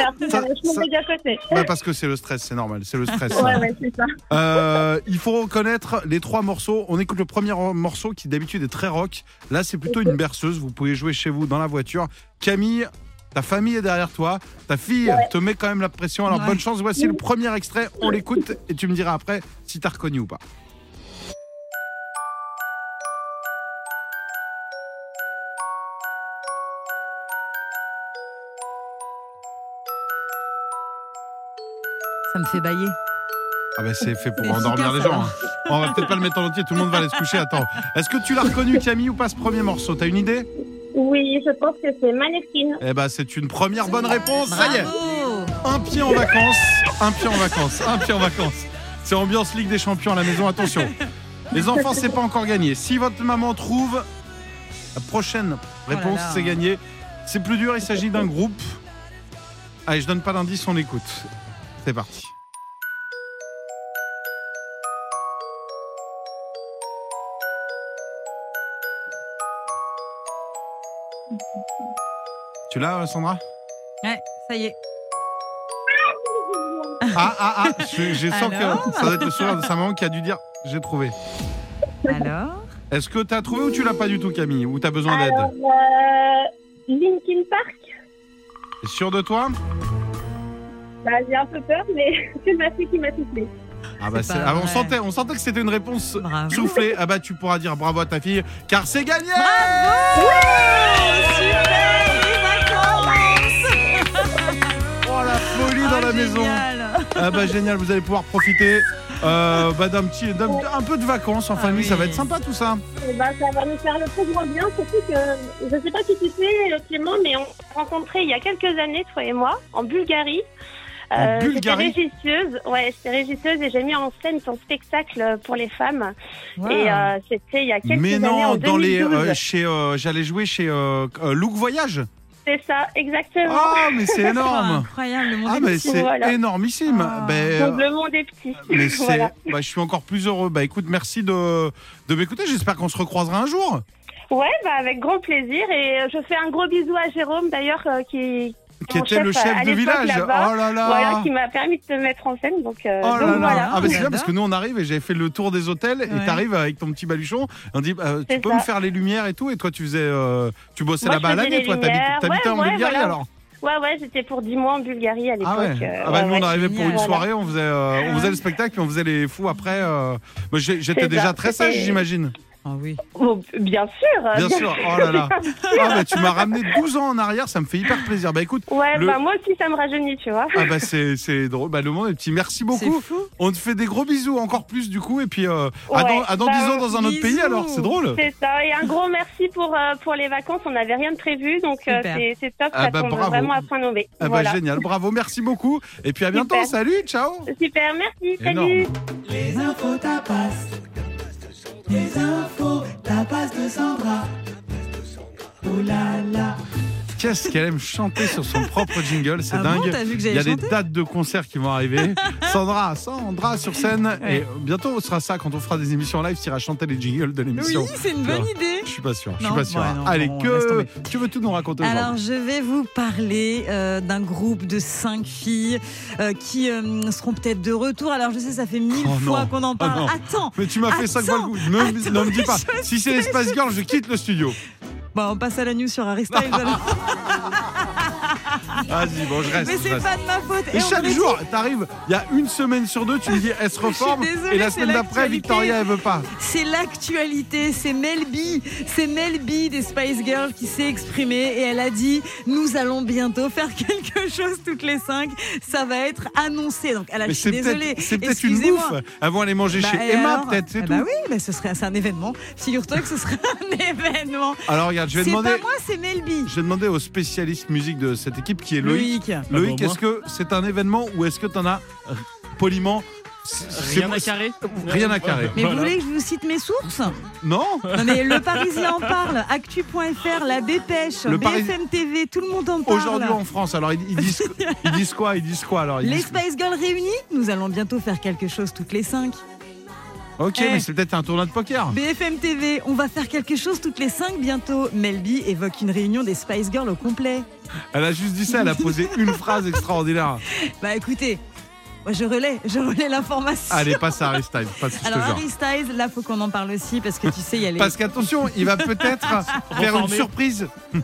Speaker 10: a la deuxième qui pleure.
Speaker 1: Ça-
Speaker 10: je m'en
Speaker 1: ça-
Speaker 10: vais d'à côté.
Speaker 1: Bah, parce que c'est le stress, c'est normal, c'est le stress.
Speaker 10: Ouais, ouais, c'est ça.
Speaker 1: Euh, il faut reconnaître les trois morceaux. On écoute le premier morceau qui d'habitude est très rock. Là, c'est plutôt une berceuse. Vous pouvez jouer chez vous dans la voiture. Camille, ta famille est derrière toi. Ta fille te met quand même la pression. Alors
Speaker 2: Ouais.
Speaker 1: bonne chance. Voici le premier extrait. On l'écoute et tu me diras après si t'as reconnu ou pas.
Speaker 2: Ça me fait bailler.
Speaker 1: Ah bah c'est fait pour
Speaker 2: C'est
Speaker 1: endormir
Speaker 2: efficace,
Speaker 1: les gens. hein. On va peut-être pas le mettre en entier. Tout le monde va aller se coucher. Attends. Est-ce que tu l'as reconnu, Camille, ou pas ce premier morceau T'as une idée
Speaker 10: Oui, je pense que c'est Maneskin.
Speaker 1: Eh bah c'est une première bonne réponse. Ça y est.
Speaker 2: Bravo.
Speaker 1: un pied en vacances, un pied en vacances, un pied en vacances. C'est ambiance Ligue des Champions à la maison, attention. Les enfants, c'est pas encore gagné. Si votre maman trouve la prochaine
Speaker 2: Oh là
Speaker 1: réponse,
Speaker 2: là.
Speaker 1: c'est gagné. C'est plus dur, il s'agit d'un groupe. Allez, je donne pas d'indice, on écoute. C'est parti. Tu l'as, Sandra
Speaker 2: Ouais, ça y est.
Speaker 1: Ah, ah, ah, je, je sens
Speaker 2: Alors
Speaker 1: que ça doit être le sourire de sa maman qui a dû dire j'ai trouvé.
Speaker 2: Alors
Speaker 1: Est-ce que t'as trouvé ou tu l'as pas du tout, Camille Ou t'as besoin
Speaker 10: Alors,
Speaker 1: d'aide
Speaker 10: euh, Linkin Park,
Speaker 1: T'es Sûr de toi
Speaker 10: bah, j'ai un peu peur, mais c'est ma fille qui m'a soufflé.
Speaker 1: Ah bah
Speaker 2: C'est
Speaker 1: c'est-
Speaker 2: pas
Speaker 1: ah, on,
Speaker 2: vrai.
Speaker 1: sentait, on sentait que c'était une réponse
Speaker 2: Bravo.
Speaker 1: soufflée. Ah bah tu pourras dire bravo à ta fille car c'est gagné Oh la folie dans la maison Ah bah génial, vous allez pouvoir profiter euh, bah, d'un petit, d'un- un peu de vacances en famille,
Speaker 2: oui.
Speaker 1: ça va être sympa tout ça.
Speaker 10: Eh ben, ça va nous faire le plus grand bien, surtout que je sais pas si tu sais, Clément, mais on s'est rencontrés il y a quelques années, toi et moi, en Bulgarie. Euh,
Speaker 1: En
Speaker 10: j'étais
Speaker 1: Bulgarie
Speaker 10: régisseuse, ouais, j'étais régisseuse et j'ai mis en scène ton spectacle pour les femmes. Et euh, c'était il y a quelques
Speaker 1: Mais
Speaker 10: années.
Speaker 1: non,
Speaker 10: en
Speaker 1: dans les,
Speaker 10: 2012.
Speaker 1: euh, chez, euh, j'allais jouer chez euh, euh, Look Voyage.
Speaker 10: C'est ça, exactement.
Speaker 1: Oh mais c'est énorme
Speaker 2: Incroyable, le monde
Speaker 1: Ah
Speaker 2: est
Speaker 1: mais
Speaker 2: petit.
Speaker 1: c'est
Speaker 10: voilà.
Speaker 1: énormissime.
Speaker 2: Ah.
Speaker 1: Ben,
Speaker 10: Donc le monde est petit.
Speaker 1: Mais c'est,
Speaker 10: Voilà.
Speaker 1: bah, je suis encore plus heureux. Bah écoute, merci de, de m'écouter. J'espère qu'on se recroisera un jour.
Speaker 10: Ouais, bah, avec grand plaisir. Et euh, je fais un gros bisou à Jérôme, d'ailleurs, euh, qui,
Speaker 1: Qui
Speaker 10: Mon
Speaker 1: était
Speaker 10: chef,
Speaker 1: le
Speaker 10: à
Speaker 1: chef de
Speaker 10: l'époque,
Speaker 1: village.
Speaker 10: là-bas.
Speaker 1: Oh là là.
Speaker 10: voilà, qui m'a permis de te mettre en scène. Donc, euh,
Speaker 1: Oh là
Speaker 10: donc
Speaker 1: là.
Speaker 10: voilà.
Speaker 1: Ah bah c'est bien
Speaker 2: J'adore.
Speaker 1: parce que nous on arrive et j'avais fait le tour des hôtels et
Speaker 2: Ouais.
Speaker 1: t'arrives avec ton petit baluchon. On dit euh, tu
Speaker 10: C'est
Speaker 1: peux
Speaker 10: ça.
Speaker 1: me faire les lumières et tout et toi tu faisais euh, tu bossais
Speaker 10: Moi,
Speaker 1: là-bas
Speaker 10: je
Speaker 1: à
Speaker 10: faisais
Speaker 1: l'année
Speaker 10: les
Speaker 1: toi t'habitais
Speaker 10: lumières.
Speaker 1: t'habitais en
Speaker 10: Ouais, ouais,
Speaker 1: Bulgarie
Speaker 10: voilà.
Speaker 1: alors.
Speaker 10: Ouais, ouais, j'étais pour 10 mois en Bulgarie à l'époque.
Speaker 1: Ah ouais.
Speaker 10: euh,
Speaker 1: Ah bah
Speaker 10: ouais,
Speaker 1: nous on
Speaker 10: ouais. Ah.
Speaker 1: arrivait pour une
Speaker 2: Génial.
Speaker 1: soirée, on faisait euh, on faisait le spectacle et on faisait les fous après. euh. Moi, j'ai- J'étais
Speaker 10: C'est
Speaker 1: déjà
Speaker 10: ça.
Speaker 1: très sage
Speaker 10: Et-
Speaker 1: j'imagine.
Speaker 2: Ah oui.
Speaker 10: Oh, bien sûr.
Speaker 1: Bien sûr. Oh là là. Ah bah tu m'as ramené 12 ans en arrière, ça me fait hyper plaisir. Bah écoute.
Speaker 10: Ouais,
Speaker 1: le-
Speaker 10: bah moi aussi ça me rajeunit, tu vois.
Speaker 1: Ah bah c'est c'est drôle, bah le monde est petit. Merci beaucoup.
Speaker 2: C'est fou.
Speaker 1: On te fait des gros bisous encore plus du coup et puis euh, à
Speaker 10: Ouais,
Speaker 1: dans, à dans
Speaker 10: bah,
Speaker 1: 10 ans dans un autre pays
Speaker 2: bisous.
Speaker 1: alors, c'est drôle.
Speaker 10: C'est ça. Et un gros merci pour, euh, pour les vacances. On n'avait rien de prévu, donc euh,
Speaker 2: Super.
Speaker 10: c'est c'est top.
Speaker 1: Ah
Speaker 10: ça
Speaker 1: bah,
Speaker 10: tombe
Speaker 1: bravo.
Speaker 10: vraiment à point nommé.
Speaker 1: Ah bah
Speaker 10: voilà.
Speaker 1: génial, bravo, merci beaucoup et puis à bientôt,
Speaker 10: Super.
Speaker 1: salut, ciao.
Speaker 10: Super, merci.
Speaker 1: Énorme.
Speaker 10: Salut.
Speaker 7: Les infos tapas. Les infos tapas. la passe de Sandra. Oh là là.
Speaker 1: Qu'est-ce qu'elle aime chanter sur son propre jingle, c'est
Speaker 2: Ah bon,
Speaker 1: dingue.
Speaker 2: t'as vu que
Speaker 1: Il
Speaker 2: j'avais
Speaker 1: y a des
Speaker 2: chanté
Speaker 1: dates de concerts qui vont arriver. Sandra, Sandra sur scène.
Speaker 2: Ouais.
Speaker 1: Et bientôt, ce sera ça. Quand on fera des émissions en live, tu iras chanter les jingles de
Speaker 2: Oui,
Speaker 1: l'émission.
Speaker 2: c'est une bonne
Speaker 1: Non.
Speaker 2: idée.
Speaker 1: Je suis pas sûr. Je suis
Speaker 2: Non,
Speaker 1: pas sûr.
Speaker 2: ouais, non,
Speaker 1: Allez,
Speaker 2: bon, laisse
Speaker 1: que
Speaker 2: tomber.
Speaker 1: tu veux tout nous raconter
Speaker 2: Alors,
Speaker 1: aujourd'hui
Speaker 2: je vais vous parler euh, d'un groupe de cinq filles euh, qui euh, seront peut-être de retour. Alors, je sais, ça fait mille
Speaker 1: Oh
Speaker 2: fois
Speaker 1: non.
Speaker 2: qu'on en
Speaker 1: Oh
Speaker 2: parle.
Speaker 1: non.
Speaker 2: Attends,
Speaker 1: Mais tu m'as fait cinq fois le coup. Ne, me-
Speaker 2: Attends,
Speaker 1: ne me dis
Speaker 2: mais
Speaker 1: pas.
Speaker 2: je
Speaker 1: Si c'est
Speaker 2: sais,
Speaker 1: Espace Girl, je quitte le studio.
Speaker 2: Bon, on passe à la news sur Harry
Speaker 1: Ah,
Speaker 2: Styles, alors.
Speaker 1: Vas-y, bon, je reste.
Speaker 2: mais
Speaker 1: je
Speaker 2: c'est
Speaker 1: reste.
Speaker 2: pas de ma faute.
Speaker 1: Et
Speaker 2: on
Speaker 1: chaque
Speaker 2: aurait
Speaker 1: jour, t'arrives, il y a une semaine sur deux, tu me dis elle se reforme.
Speaker 2: désolée,
Speaker 1: Et la
Speaker 2: c'est
Speaker 1: semaine d'après,
Speaker 2: l'actualité. Ah,
Speaker 1: Victoria, elle veut pas.
Speaker 2: C'est l'actualité, c'est Mel B, c'est Mel B des Spice Girls qui s'est exprimée et elle a dit nous allons bientôt faire quelque chose toutes les cinq, ça va être annoncé. Donc elle a
Speaker 1: Mais
Speaker 2: je suis
Speaker 1: c'est
Speaker 2: désolée.
Speaker 1: peut-être c'est peut-être une
Speaker 2: excusez-moi.
Speaker 1: bouffe. Avant, aller manger
Speaker 2: Bah,
Speaker 1: chez
Speaker 2: et
Speaker 1: Emma,
Speaker 2: alors
Speaker 1: peut-être, c'est
Speaker 2: Ah
Speaker 1: tout.
Speaker 2: Bah oui, mais ce serait c'est un événement. Figure-toi que ce serait un événement.
Speaker 1: Alors, regarde, je vais
Speaker 2: C'est
Speaker 1: demander.
Speaker 2: pas moi, c'est Mel B.
Speaker 1: Je vais demander au spécialiste musique de cette équipe qui est Loïc.
Speaker 2: Loïc. Ah,
Speaker 1: Loïc,
Speaker 3: bah, au
Speaker 1: est-ce que c'est un événement ou est-ce que t'en as euh, poliment c'est-
Speaker 3: Rien
Speaker 1: c'est-
Speaker 3: à carrer
Speaker 1: Rien à carrer.
Speaker 2: Mais
Speaker 3: Voilà.
Speaker 2: vous voulez que je vous cite mes sources Non
Speaker 1: Non
Speaker 2: mais Le Parisien en parle, actu.fr, La Dépêche,
Speaker 1: Le Paris-
Speaker 2: BFM TV, tout le monde en parle.
Speaker 1: Aujourd'hui en France, alors ils, ils disent, ils disent quoi Ils disent quoi alors ils
Speaker 2: Les
Speaker 1: disent-
Speaker 2: Spice Girls réunis, nous allons bientôt faire quelque chose toutes les cinq.
Speaker 1: Ok,
Speaker 2: Eh.
Speaker 1: mais c'est peut-être un tournoi de poker.
Speaker 2: BFM TV, on va faire quelque chose toutes les cinq bientôt. Melby évoque une réunion des Spice Girls au complet.
Speaker 1: Elle a juste dit ça, elle a posé une phrase extraordinaire.
Speaker 2: Bah écoutez, moi je relais, je relais l'information.
Speaker 1: Allez, passe à Harry Styles, passe, je te
Speaker 2: Alors
Speaker 1: jure.
Speaker 2: Harry Styles, là faut qu'on en parle aussi parce que tu sais, il y a les.
Speaker 1: Parce qu'attention, il va peut-être faire une
Speaker 3: Reformer.
Speaker 1: surprise.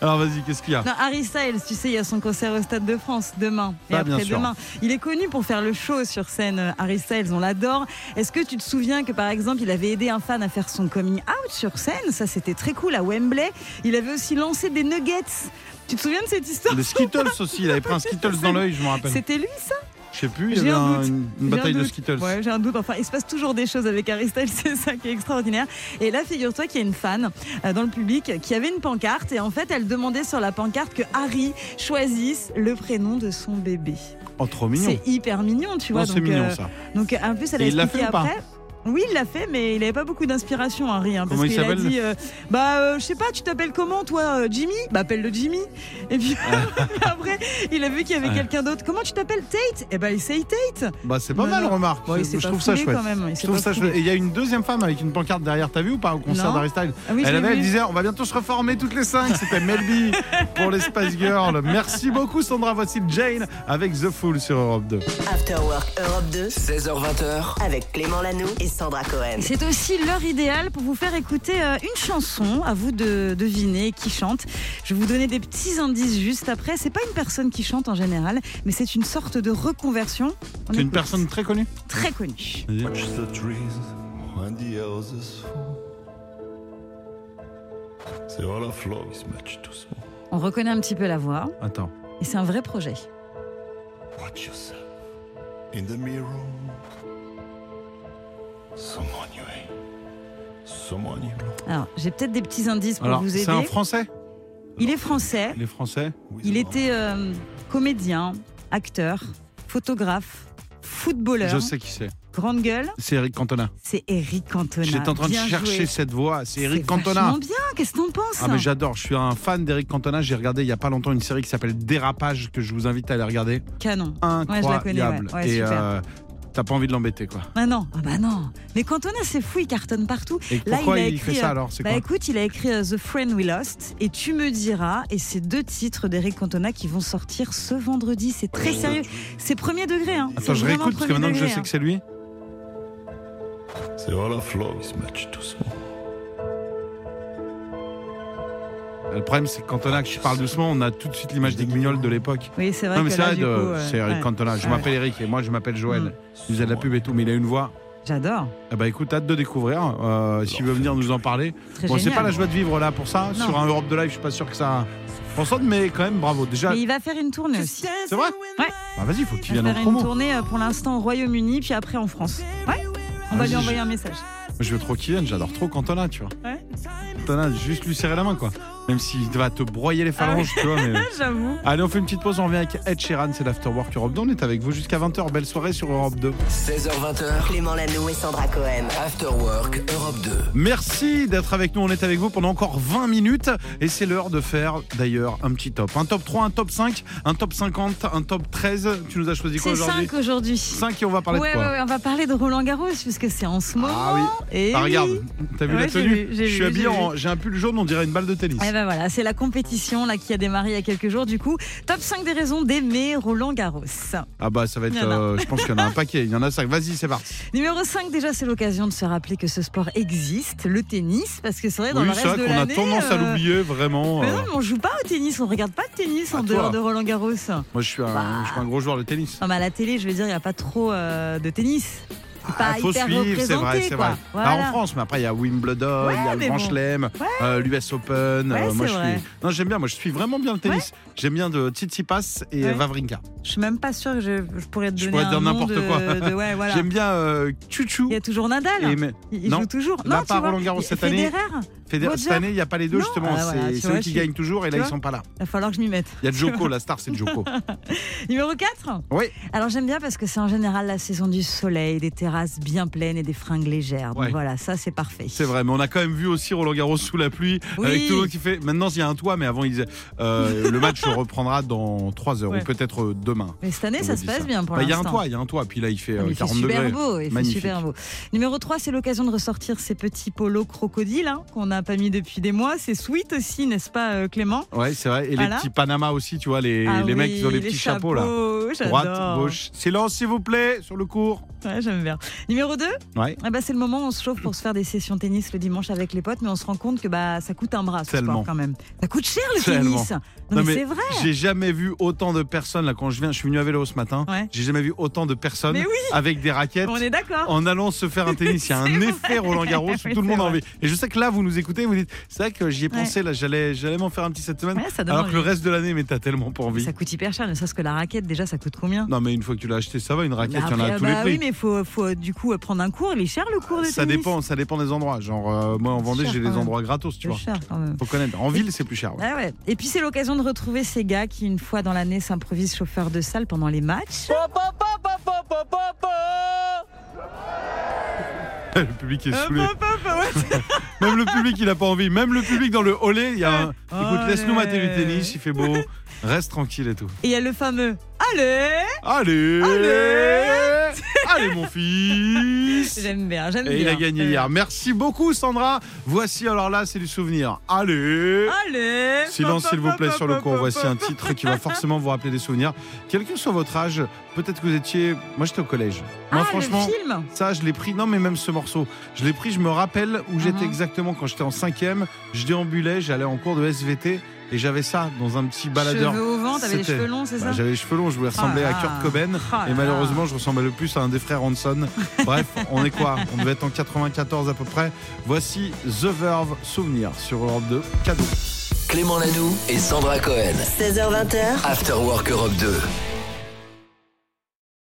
Speaker 1: Alors vas-y, qu'est-ce qu'il y a
Speaker 2: Non, Harry Styles, tu sais, il y a son concert au Stade de France demain et
Speaker 1: Ah, bien sûr.
Speaker 2: après-demain. Il est connu pour faire le show sur scène. euh, Harry Styles, on l'adore. Est-ce que tu te souviens que par exemple, il avait aidé un fan à faire son coming out sur scène Ça, c'était très cool à Wembley. Il avait aussi lancé des nuggets. Tu te souviens de cette histoire
Speaker 1: Les Skittles aussi, il avait pris un Skittles dans l'œil, je me rappelle.
Speaker 2: C'était lui ça
Speaker 1: Je sais plus, il y avait
Speaker 2: J'ai un
Speaker 1: un-
Speaker 2: doute.
Speaker 1: une, une
Speaker 2: J'ai un
Speaker 1: bataille de
Speaker 2: doute.
Speaker 1: Skittles.
Speaker 2: Ouais, j'ai un doute. Enfin, il se passe toujours des choses avec Harry Styles, c'est ça qui est extraordinaire. Et là, figure-toi qu'il y a une fan euh, dans le public qui avait une pancarte et en fait, elle demandait sur la pancarte que Harry choisisse le prénom de son bébé.
Speaker 1: Oh, trop mignon.
Speaker 2: C'est hyper mignon, tu vois.
Speaker 1: Non, c'est
Speaker 2: donc,
Speaker 1: mignon
Speaker 2: euh,
Speaker 1: ça.
Speaker 2: Donc, euh, en plus, elle a
Speaker 1: Et il l'a
Speaker 2: expliqué
Speaker 1: fait ou pas
Speaker 2: après. Oui, il l'a fait, mais il n'avait pas beaucoup d'inspiration, Harry. hein, parce
Speaker 1: Comment il
Speaker 2: qu'il a
Speaker 1: s'appelle
Speaker 2: dit euh, Bah, euh, je sais pas, tu t'appelles comment, toi, euh, Jimmy Bah, appelle-le Jimmy. Et puis après, il a vu qu'il y avait
Speaker 1: Ah. Ouais.
Speaker 2: quelqu'un d'autre. Comment tu t'appelles Tate Eh ben, il essaye Tate.
Speaker 1: Bah, c'est pas
Speaker 2: Bah,
Speaker 1: mal,
Speaker 2: non.
Speaker 1: remarque.
Speaker 2: Bon, il s'est
Speaker 1: je
Speaker 2: pas
Speaker 1: trouve ça
Speaker 2: foulé
Speaker 1: chouette.
Speaker 2: quand même, hein, il s'est
Speaker 1: Je trouve
Speaker 2: pas
Speaker 1: ça
Speaker 2: foulé.
Speaker 1: chouette. Et il y a une deuxième femme avec une pancarte derrière, t'as vu ou pas au concert
Speaker 2: Non.
Speaker 1: d'Harry Styles
Speaker 2: Ah oui, je
Speaker 1: Elle
Speaker 2: l'ai
Speaker 1: avait, elle
Speaker 2: vu.
Speaker 1: disait, on va bientôt se reformer toutes les cinq. C'était Melby pour les Spice Girls. Merci beaucoup, Sandra. Voici Jane avec The Fool sur Europe 2.
Speaker 5: After Work Europe 2
Speaker 6: 16h20h,
Speaker 5: avec Clément Lanoux et Sandra Cohen.
Speaker 2: C'est aussi l'heure idéale pour vous faire écouter euh, une chanson, à vous de deviner qui chante. Je vais vous donner des petits indices juste après. C'est pas une personne qui chante en général, mais c'est une sorte de reconversion. On
Speaker 1: C'est une
Speaker 2: écoute.
Speaker 1: personne très connue.
Speaker 2: très connue.
Speaker 1: Vas-y.
Speaker 2: On reconnaît un petit peu la voix,
Speaker 1: Attends.
Speaker 2: et c'est un vrai projet. Alors, j'ai peut-être des petits indices pour
Speaker 1: Alors,
Speaker 2: vous
Speaker 1: c'est
Speaker 2: aider.
Speaker 1: un français
Speaker 2: Il est français,
Speaker 1: Les français
Speaker 2: il était euh, comédien, acteur, photographe, footballeur,
Speaker 1: Je sais qui c'est.
Speaker 2: grande gueule.
Speaker 1: C'est Eric Cantona.
Speaker 2: C'est Eric Cantona.
Speaker 1: J'étais en train de
Speaker 2: Bien
Speaker 1: chercher
Speaker 2: joué.
Speaker 1: cette voix. C'est
Speaker 2: C'est
Speaker 1: Eric Cantona.
Speaker 2: vachement bien, qu'est-ce que t'en penses hein
Speaker 1: Ah mais j'adore, je suis un fan d'Eric Cantona, j'ai regardé il y a pas longtemps une série qui s'appelle Dérapage que je vous invite à aller regarder.
Speaker 2: Canon. Ah, Ouais, je la connais, ouais.
Speaker 1: Incroyable.
Speaker 2: Ouais,
Speaker 1: Et
Speaker 2: super.
Speaker 1: euh, t'as pas envie de l'embêter quoi.
Speaker 2: Ah non, ah bah non. Mais Cantona, c'est fou, il cartonne partout.
Speaker 1: Et
Speaker 2: Là,
Speaker 1: pourquoi
Speaker 2: il a
Speaker 1: il,
Speaker 2: écrit,
Speaker 1: fait
Speaker 2: euh,
Speaker 1: ça alors C'est
Speaker 2: Bah
Speaker 1: quoi
Speaker 2: écoute, il a écrit euh, The Friend We Lost et Tu me diras et c'est deux titres d'Eric Cantona qui vont sortir ce vendredi. C'est très sérieux. C'est premier degré. Hein.
Speaker 1: Euh, Attends,
Speaker 2: C'est
Speaker 1: je
Speaker 2: vraiment
Speaker 1: réécoute parce que
Speaker 2: premier
Speaker 1: maintenant que je
Speaker 2: degré,
Speaker 1: sais
Speaker 2: hein.
Speaker 1: que c'est lui. Le problème c'est que Cantona, que je parle doucement, on a tout de suite l'image des guignols de l'époque.
Speaker 2: hein. Oui, c'est vrai
Speaker 1: Non mais
Speaker 2: que
Speaker 1: c'est
Speaker 2: là,
Speaker 1: vrai,
Speaker 2: du
Speaker 1: de-
Speaker 2: coup, euh,
Speaker 1: c'est Eric
Speaker 2: ouais.
Speaker 1: Cantona. Je
Speaker 2: Ouais.
Speaker 1: m'appelle Eric et moi je m'appelle
Speaker 2: Mm.
Speaker 1: Joël. Il faisait de la pub et tout, mais il a une voix.
Speaker 2: J'adore.
Speaker 1: Ah bah écoute, hâte de découvrir. Euh, S'il veut venir nous en parler,
Speaker 2: Très
Speaker 1: Bon, c'est
Speaker 2: génial.
Speaker 1: pas la joie de vivre là pour ça.
Speaker 2: Non.
Speaker 1: Sur un Europe de Live, je suis pas sûr que ça fonctionne, mais quand même, bravo. Déjà,
Speaker 2: Mais il va faire une tournée aussi.
Speaker 1: c'est vrai
Speaker 2: Ouais.
Speaker 1: Bah vas-y, faut qu'il
Speaker 2: Il
Speaker 1: vienne
Speaker 2: va
Speaker 1: en
Speaker 2: faire une
Speaker 1: promo.
Speaker 2: tournée euh, pour l'instant au Royaume-Uni, puis après en France. Ouais. On va
Speaker 1: Vas-y,
Speaker 2: lui
Speaker 1: je-
Speaker 2: envoyer un message.
Speaker 1: Je veux trop qu'il vienne, j'adore trop Cantona, tu vois.
Speaker 2: Ouais.
Speaker 1: Cantona, juste lui serrer la main, quoi. Même s'il va te broyer les
Speaker 2: Ah
Speaker 1: phalanges, tu vois. mais-
Speaker 2: J'avoue.
Speaker 1: Allez, on fait une petite pause, on revient avec Ed Sheeran, c'est l'Afterwork Europe 2. On est avec vous jusqu'à 20h. Belle soirée sur Europe 2.
Speaker 6: 16h20h,
Speaker 5: Clément Lano et Sandra Cohen.
Speaker 6: After Work Europe 2.
Speaker 1: Merci d'être avec nous. On est avec vous pendant encore 20 minutes. Et c'est l'heure de faire d'ailleurs un petit top. Un top 3, un top 5, un top 50, un top 13. Tu nous as choisi quoi
Speaker 2: C'est
Speaker 1: aujourd'hui
Speaker 2: 5 aujourd'hui.
Speaker 1: 5 et on va parler de
Speaker 2: ouais,
Speaker 1: quoi
Speaker 2: ouais, ouais, on va parler de Roland Garros puisque c'est en ce moment.
Speaker 1: Ah oui.
Speaker 2: Et
Speaker 1: Ah,
Speaker 2: oui.
Speaker 1: regarde, t'as vu
Speaker 2: Ouais,
Speaker 1: la
Speaker 2: j'ai
Speaker 1: tenue
Speaker 2: vu, j'ai
Speaker 1: Je suis
Speaker 2: vu,
Speaker 1: habillé
Speaker 2: j'ai
Speaker 1: en. J'ai un pull jaune, on dirait une balle de tennis.
Speaker 2: Eh ben voilà, c'est la compétition là qui a démarré il y a quelques jours du coup. Top 5 des raisons d'aimer Roland Garros.
Speaker 1: Ah bah ça va être.
Speaker 2: Il y en a.
Speaker 1: euh, je pense qu'il y en a un paquet. Il y en a 5. Vas-y, c'est parti.
Speaker 2: Numéro 5 déjà, c'est l'occasion de se rappeler que ce sport existe, le tennis, parce que c'est vrai dans
Speaker 1: Oui,
Speaker 2: le
Speaker 1: c'est
Speaker 2: reste
Speaker 1: vrai
Speaker 2: de
Speaker 1: qu'on a
Speaker 2: l'année.
Speaker 1: tendance à
Speaker 2: euh,
Speaker 1: l'oublier vraiment.
Speaker 2: Mais
Speaker 1: euh.
Speaker 2: non, mais on joue pas au tennis, on regarde pas de tennis
Speaker 1: Ah,
Speaker 2: en
Speaker 1: toi.
Speaker 2: dehors de Roland Garros.
Speaker 1: Moi je suis, un, je suis un gros joueur de tennis.
Speaker 2: Non mais à Ah bah, la télé, je veux dire, il n'y a pas trop euh, de tennis. C'est pas
Speaker 1: Ah, faut
Speaker 2: hyper
Speaker 1: suivre, c'est vrai,
Speaker 2: représenté
Speaker 1: c'est
Speaker 2: quoi.
Speaker 1: vrai.
Speaker 2: Voilà.
Speaker 1: Ah, en France, mais après il y a Wimbledon,
Speaker 2: Ouais,
Speaker 1: il y a le
Speaker 2: mais
Speaker 1: Grand
Speaker 2: bon.
Speaker 1: Chelem,
Speaker 2: Ouais.
Speaker 1: euh, l'US Open.
Speaker 2: Ouais,
Speaker 1: euh, moi
Speaker 2: c'est
Speaker 1: je
Speaker 2: vrai.
Speaker 1: suis. Non, j'aime bien. Moi je suis vraiment bien le tennis. J'aime bien de Tsitsipas et
Speaker 2: Ouais.
Speaker 1: Vavrinka.
Speaker 2: Je suis même pas sûre que je, je pourrais te
Speaker 1: Je
Speaker 2: donner
Speaker 1: pourrais te dire
Speaker 2: un nom
Speaker 1: n'importe
Speaker 2: de-
Speaker 1: quoi.
Speaker 2: de- ouais, voilà.
Speaker 1: J'aime bien euh, Chuchu.
Speaker 2: Il y a toujours Nadal.
Speaker 1: Et mais-
Speaker 2: Il il
Speaker 1: Non.
Speaker 2: joue toujours.
Speaker 1: Là,
Speaker 2: non, tu
Speaker 1: pas
Speaker 2: vois,
Speaker 1: Roland Garros cette
Speaker 2: Federer,
Speaker 1: année. Federer,
Speaker 2: Roger.
Speaker 1: cette année, il n'y a pas les deux
Speaker 2: Non.
Speaker 1: justement.
Speaker 2: Ah, voilà,
Speaker 1: c'est
Speaker 2: tu
Speaker 1: ceux
Speaker 2: vois,
Speaker 1: qui
Speaker 2: je-
Speaker 1: gagnent toujours et
Speaker 2: tu
Speaker 1: là ils
Speaker 2: vois.
Speaker 1: sont pas là.
Speaker 2: Il va falloir que je m'y mette.
Speaker 1: Il y a Joko, la star, c'est Joko.
Speaker 2: Numéro 4
Speaker 1: Oui.
Speaker 2: Alors j'aime bien parce que c'est en général la saison du soleil, des terrasses bien pleines et des fringues légères. Donc
Speaker 1: Ouais.
Speaker 2: voilà, ça c'est parfait.
Speaker 1: C'est vrai, mais on a quand même vu aussi Roland Garros sous la pluie,
Speaker 2: Oui.
Speaker 1: avec tout le monde qui fait. Maintenant, il y a un toit, mais avant, il disait, euh, le match se reprendra dans 3 heures
Speaker 2: Ouais.
Speaker 1: ou peut-être euh, demain.
Speaker 2: Mais cette année,
Speaker 1: Je
Speaker 2: ça
Speaker 1: vous
Speaker 2: se
Speaker 1: dis
Speaker 2: passe
Speaker 1: ça.
Speaker 2: bien pour
Speaker 1: Bah, Il y a
Speaker 2: l'instant.
Speaker 1: un toit, il y a un toit, puis là, il fait
Speaker 2: Ah, mais
Speaker 1: euh,
Speaker 2: il fait
Speaker 1: 40
Speaker 2: super
Speaker 1: degrés.
Speaker 2: beau, il fait
Speaker 1: Magnifique.
Speaker 2: super beau. Numéro 3, c'est l'occasion de ressortir ces petits polos crocodiles hein, qu'on n'a pas mis depuis des mois. C'est sweet aussi, n'est-ce pas euh, Clément
Speaker 1: Ouais, c'est vrai. Et
Speaker 2: Voilà.
Speaker 1: les petits Panama aussi, tu vois, les,
Speaker 2: Ah
Speaker 1: les mecs qui ont les
Speaker 2: oui,
Speaker 1: petits chapeaux, là.
Speaker 2: j'adore.
Speaker 1: Droite, gauche. Silence, s'il vous plaît, sur le cours.
Speaker 2: Ouais, j'aime bien. Numéro 2,
Speaker 1: Ouais.
Speaker 2: Ah bah, c'est le moment où on se chauffe pour se faire des sessions tennis le dimanche avec les potes, mais on se rend compte que bah, ça coûte un bras ce
Speaker 1: Tellement.
Speaker 2: sport quand même. Ça coûte cher le
Speaker 1: Tellement.
Speaker 2: tennis. Non,
Speaker 1: Non,
Speaker 2: mais,
Speaker 1: mais
Speaker 2: c'est vrai.
Speaker 1: J'ai jamais vu autant de personnes, là, quand je viens, je suis venu à vélo ce matin.
Speaker 2: Ouais.
Speaker 1: J'ai jamais vu autant de personnes
Speaker 2: Mais oui.
Speaker 1: avec des raquettes.
Speaker 2: On est d'accord.
Speaker 1: en allant se faire un tennis. Il y a un
Speaker 2: C'est
Speaker 1: effet
Speaker 2: vrai.
Speaker 1: Roland Garros où
Speaker 2: Oui,
Speaker 1: tout le
Speaker 2: c'est
Speaker 1: monde a
Speaker 2: vrai.
Speaker 1: envie. Et je sais que là, vous nous écoutez, vous dites, c'est vrai que j'y ai
Speaker 2: Ouais.
Speaker 1: pensé, là, j'allais, j'allais m'en faire un petit cette semaine.
Speaker 2: Ouais, ça donne
Speaker 1: alors que le
Speaker 2: envie.
Speaker 1: reste de l'année, mais t'as tellement pas envie.
Speaker 2: Ça coûte hyper cher, ne serait-ce que la raquette, déjà, ça coûte combien
Speaker 1: Non, mais une fois que tu l'as acheté, ça va, une raquette, il y en a
Speaker 2: Après,
Speaker 1: à tous
Speaker 2: bah
Speaker 1: les prix.
Speaker 2: Oui, mais faut, faut euh, du coup euh, prendre un cours. Il est cher le cours de
Speaker 1: ça
Speaker 2: tennis
Speaker 1: dépend, ça dépend des endroits. Genre, euh, moi en
Speaker 2: C'est
Speaker 1: Vendée,
Speaker 2: cher,
Speaker 1: j'ai
Speaker 2: quand
Speaker 1: des
Speaker 2: même.
Speaker 1: endroits gratos, tu
Speaker 2: C'est
Speaker 1: vois.
Speaker 2: cher quand même.
Speaker 1: Faut connaître. En ville, c'est plus cher. ouais.
Speaker 2: Ah ouais. Et puis c'est l'occasion de retrouver ces gars qui, une fois dans l'année, s'improvisent chauffeurs de salle pendant les matchs.
Speaker 1: Oh, le public est
Speaker 2: Hop,
Speaker 1: saoulé.
Speaker 2: hop, hop, ouais.
Speaker 1: Même le public, il a pas envie. Même le public dans le hollet, il y a un. Écoute,
Speaker 2: Olé.
Speaker 1: laisse-nous mater du tennis, il fait beau. Reste tranquille et tout.
Speaker 2: Et il y a le fameux Allez
Speaker 1: Allez
Speaker 2: Allez
Speaker 1: Allez, mon fils
Speaker 2: J'aime bien, j'aime bien.
Speaker 1: Et il a gagné
Speaker 2: Euh,
Speaker 1: hier. Merci beaucoup, Sandra. Voici, alors là, c'est du souvenir. Allez
Speaker 2: Ah, Allez Ah,
Speaker 1: Silence,
Speaker 2: Pa,
Speaker 1: s'il
Speaker 2: pa,
Speaker 1: vous plaît,
Speaker 2: pa,
Speaker 1: sur le
Speaker 2: pa,
Speaker 1: cours.
Speaker 2: pa,
Speaker 1: Voici
Speaker 2: pa.
Speaker 1: un titre qui va forcément vous rappeler des souvenirs. Quel que soit votre âge, peut-être que vous étiez. Moi, j'étais au collège. Moi,
Speaker 2: Ah,
Speaker 1: franchement.
Speaker 2: le film
Speaker 1: Ça, je l'ai pris. Non, mais même ce morceau, je l'ai pris. Je me rappelle où j'étais
Speaker 2: Mhm.
Speaker 1: exactement quand j'étais en cinquième. Je déambulais, j'allais en cours de SVT et j'avais ça dans un petit baladeur.
Speaker 2: Cheveux au vent, t'avais les
Speaker 1: C'était-
Speaker 2: cheveux longs, c'est
Speaker 1: Bah,
Speaker 2: ça
Speaker 1: J'avais les cheveux longs, je voulais ressembler
Speaker 2: Ah
Speaker 1: à
Speaker 2: là.
Speaker 1: Kurt Cobain.
Speaker 2: Ah
Speaker 1: et
Speaker 2: là
Speaker 1: malheureusement, je ressemblais le plus à un des frères Hanson. Bref, on est quoi On devait être en 94 à peu près. Voici The Verve Souvenir sur Europe 2. Cadeau.
Speaker 6: Clément Lanoux et Sandra Cohen.
Speaker 5: 16h20,
Speaker 6: After Work Europe 2.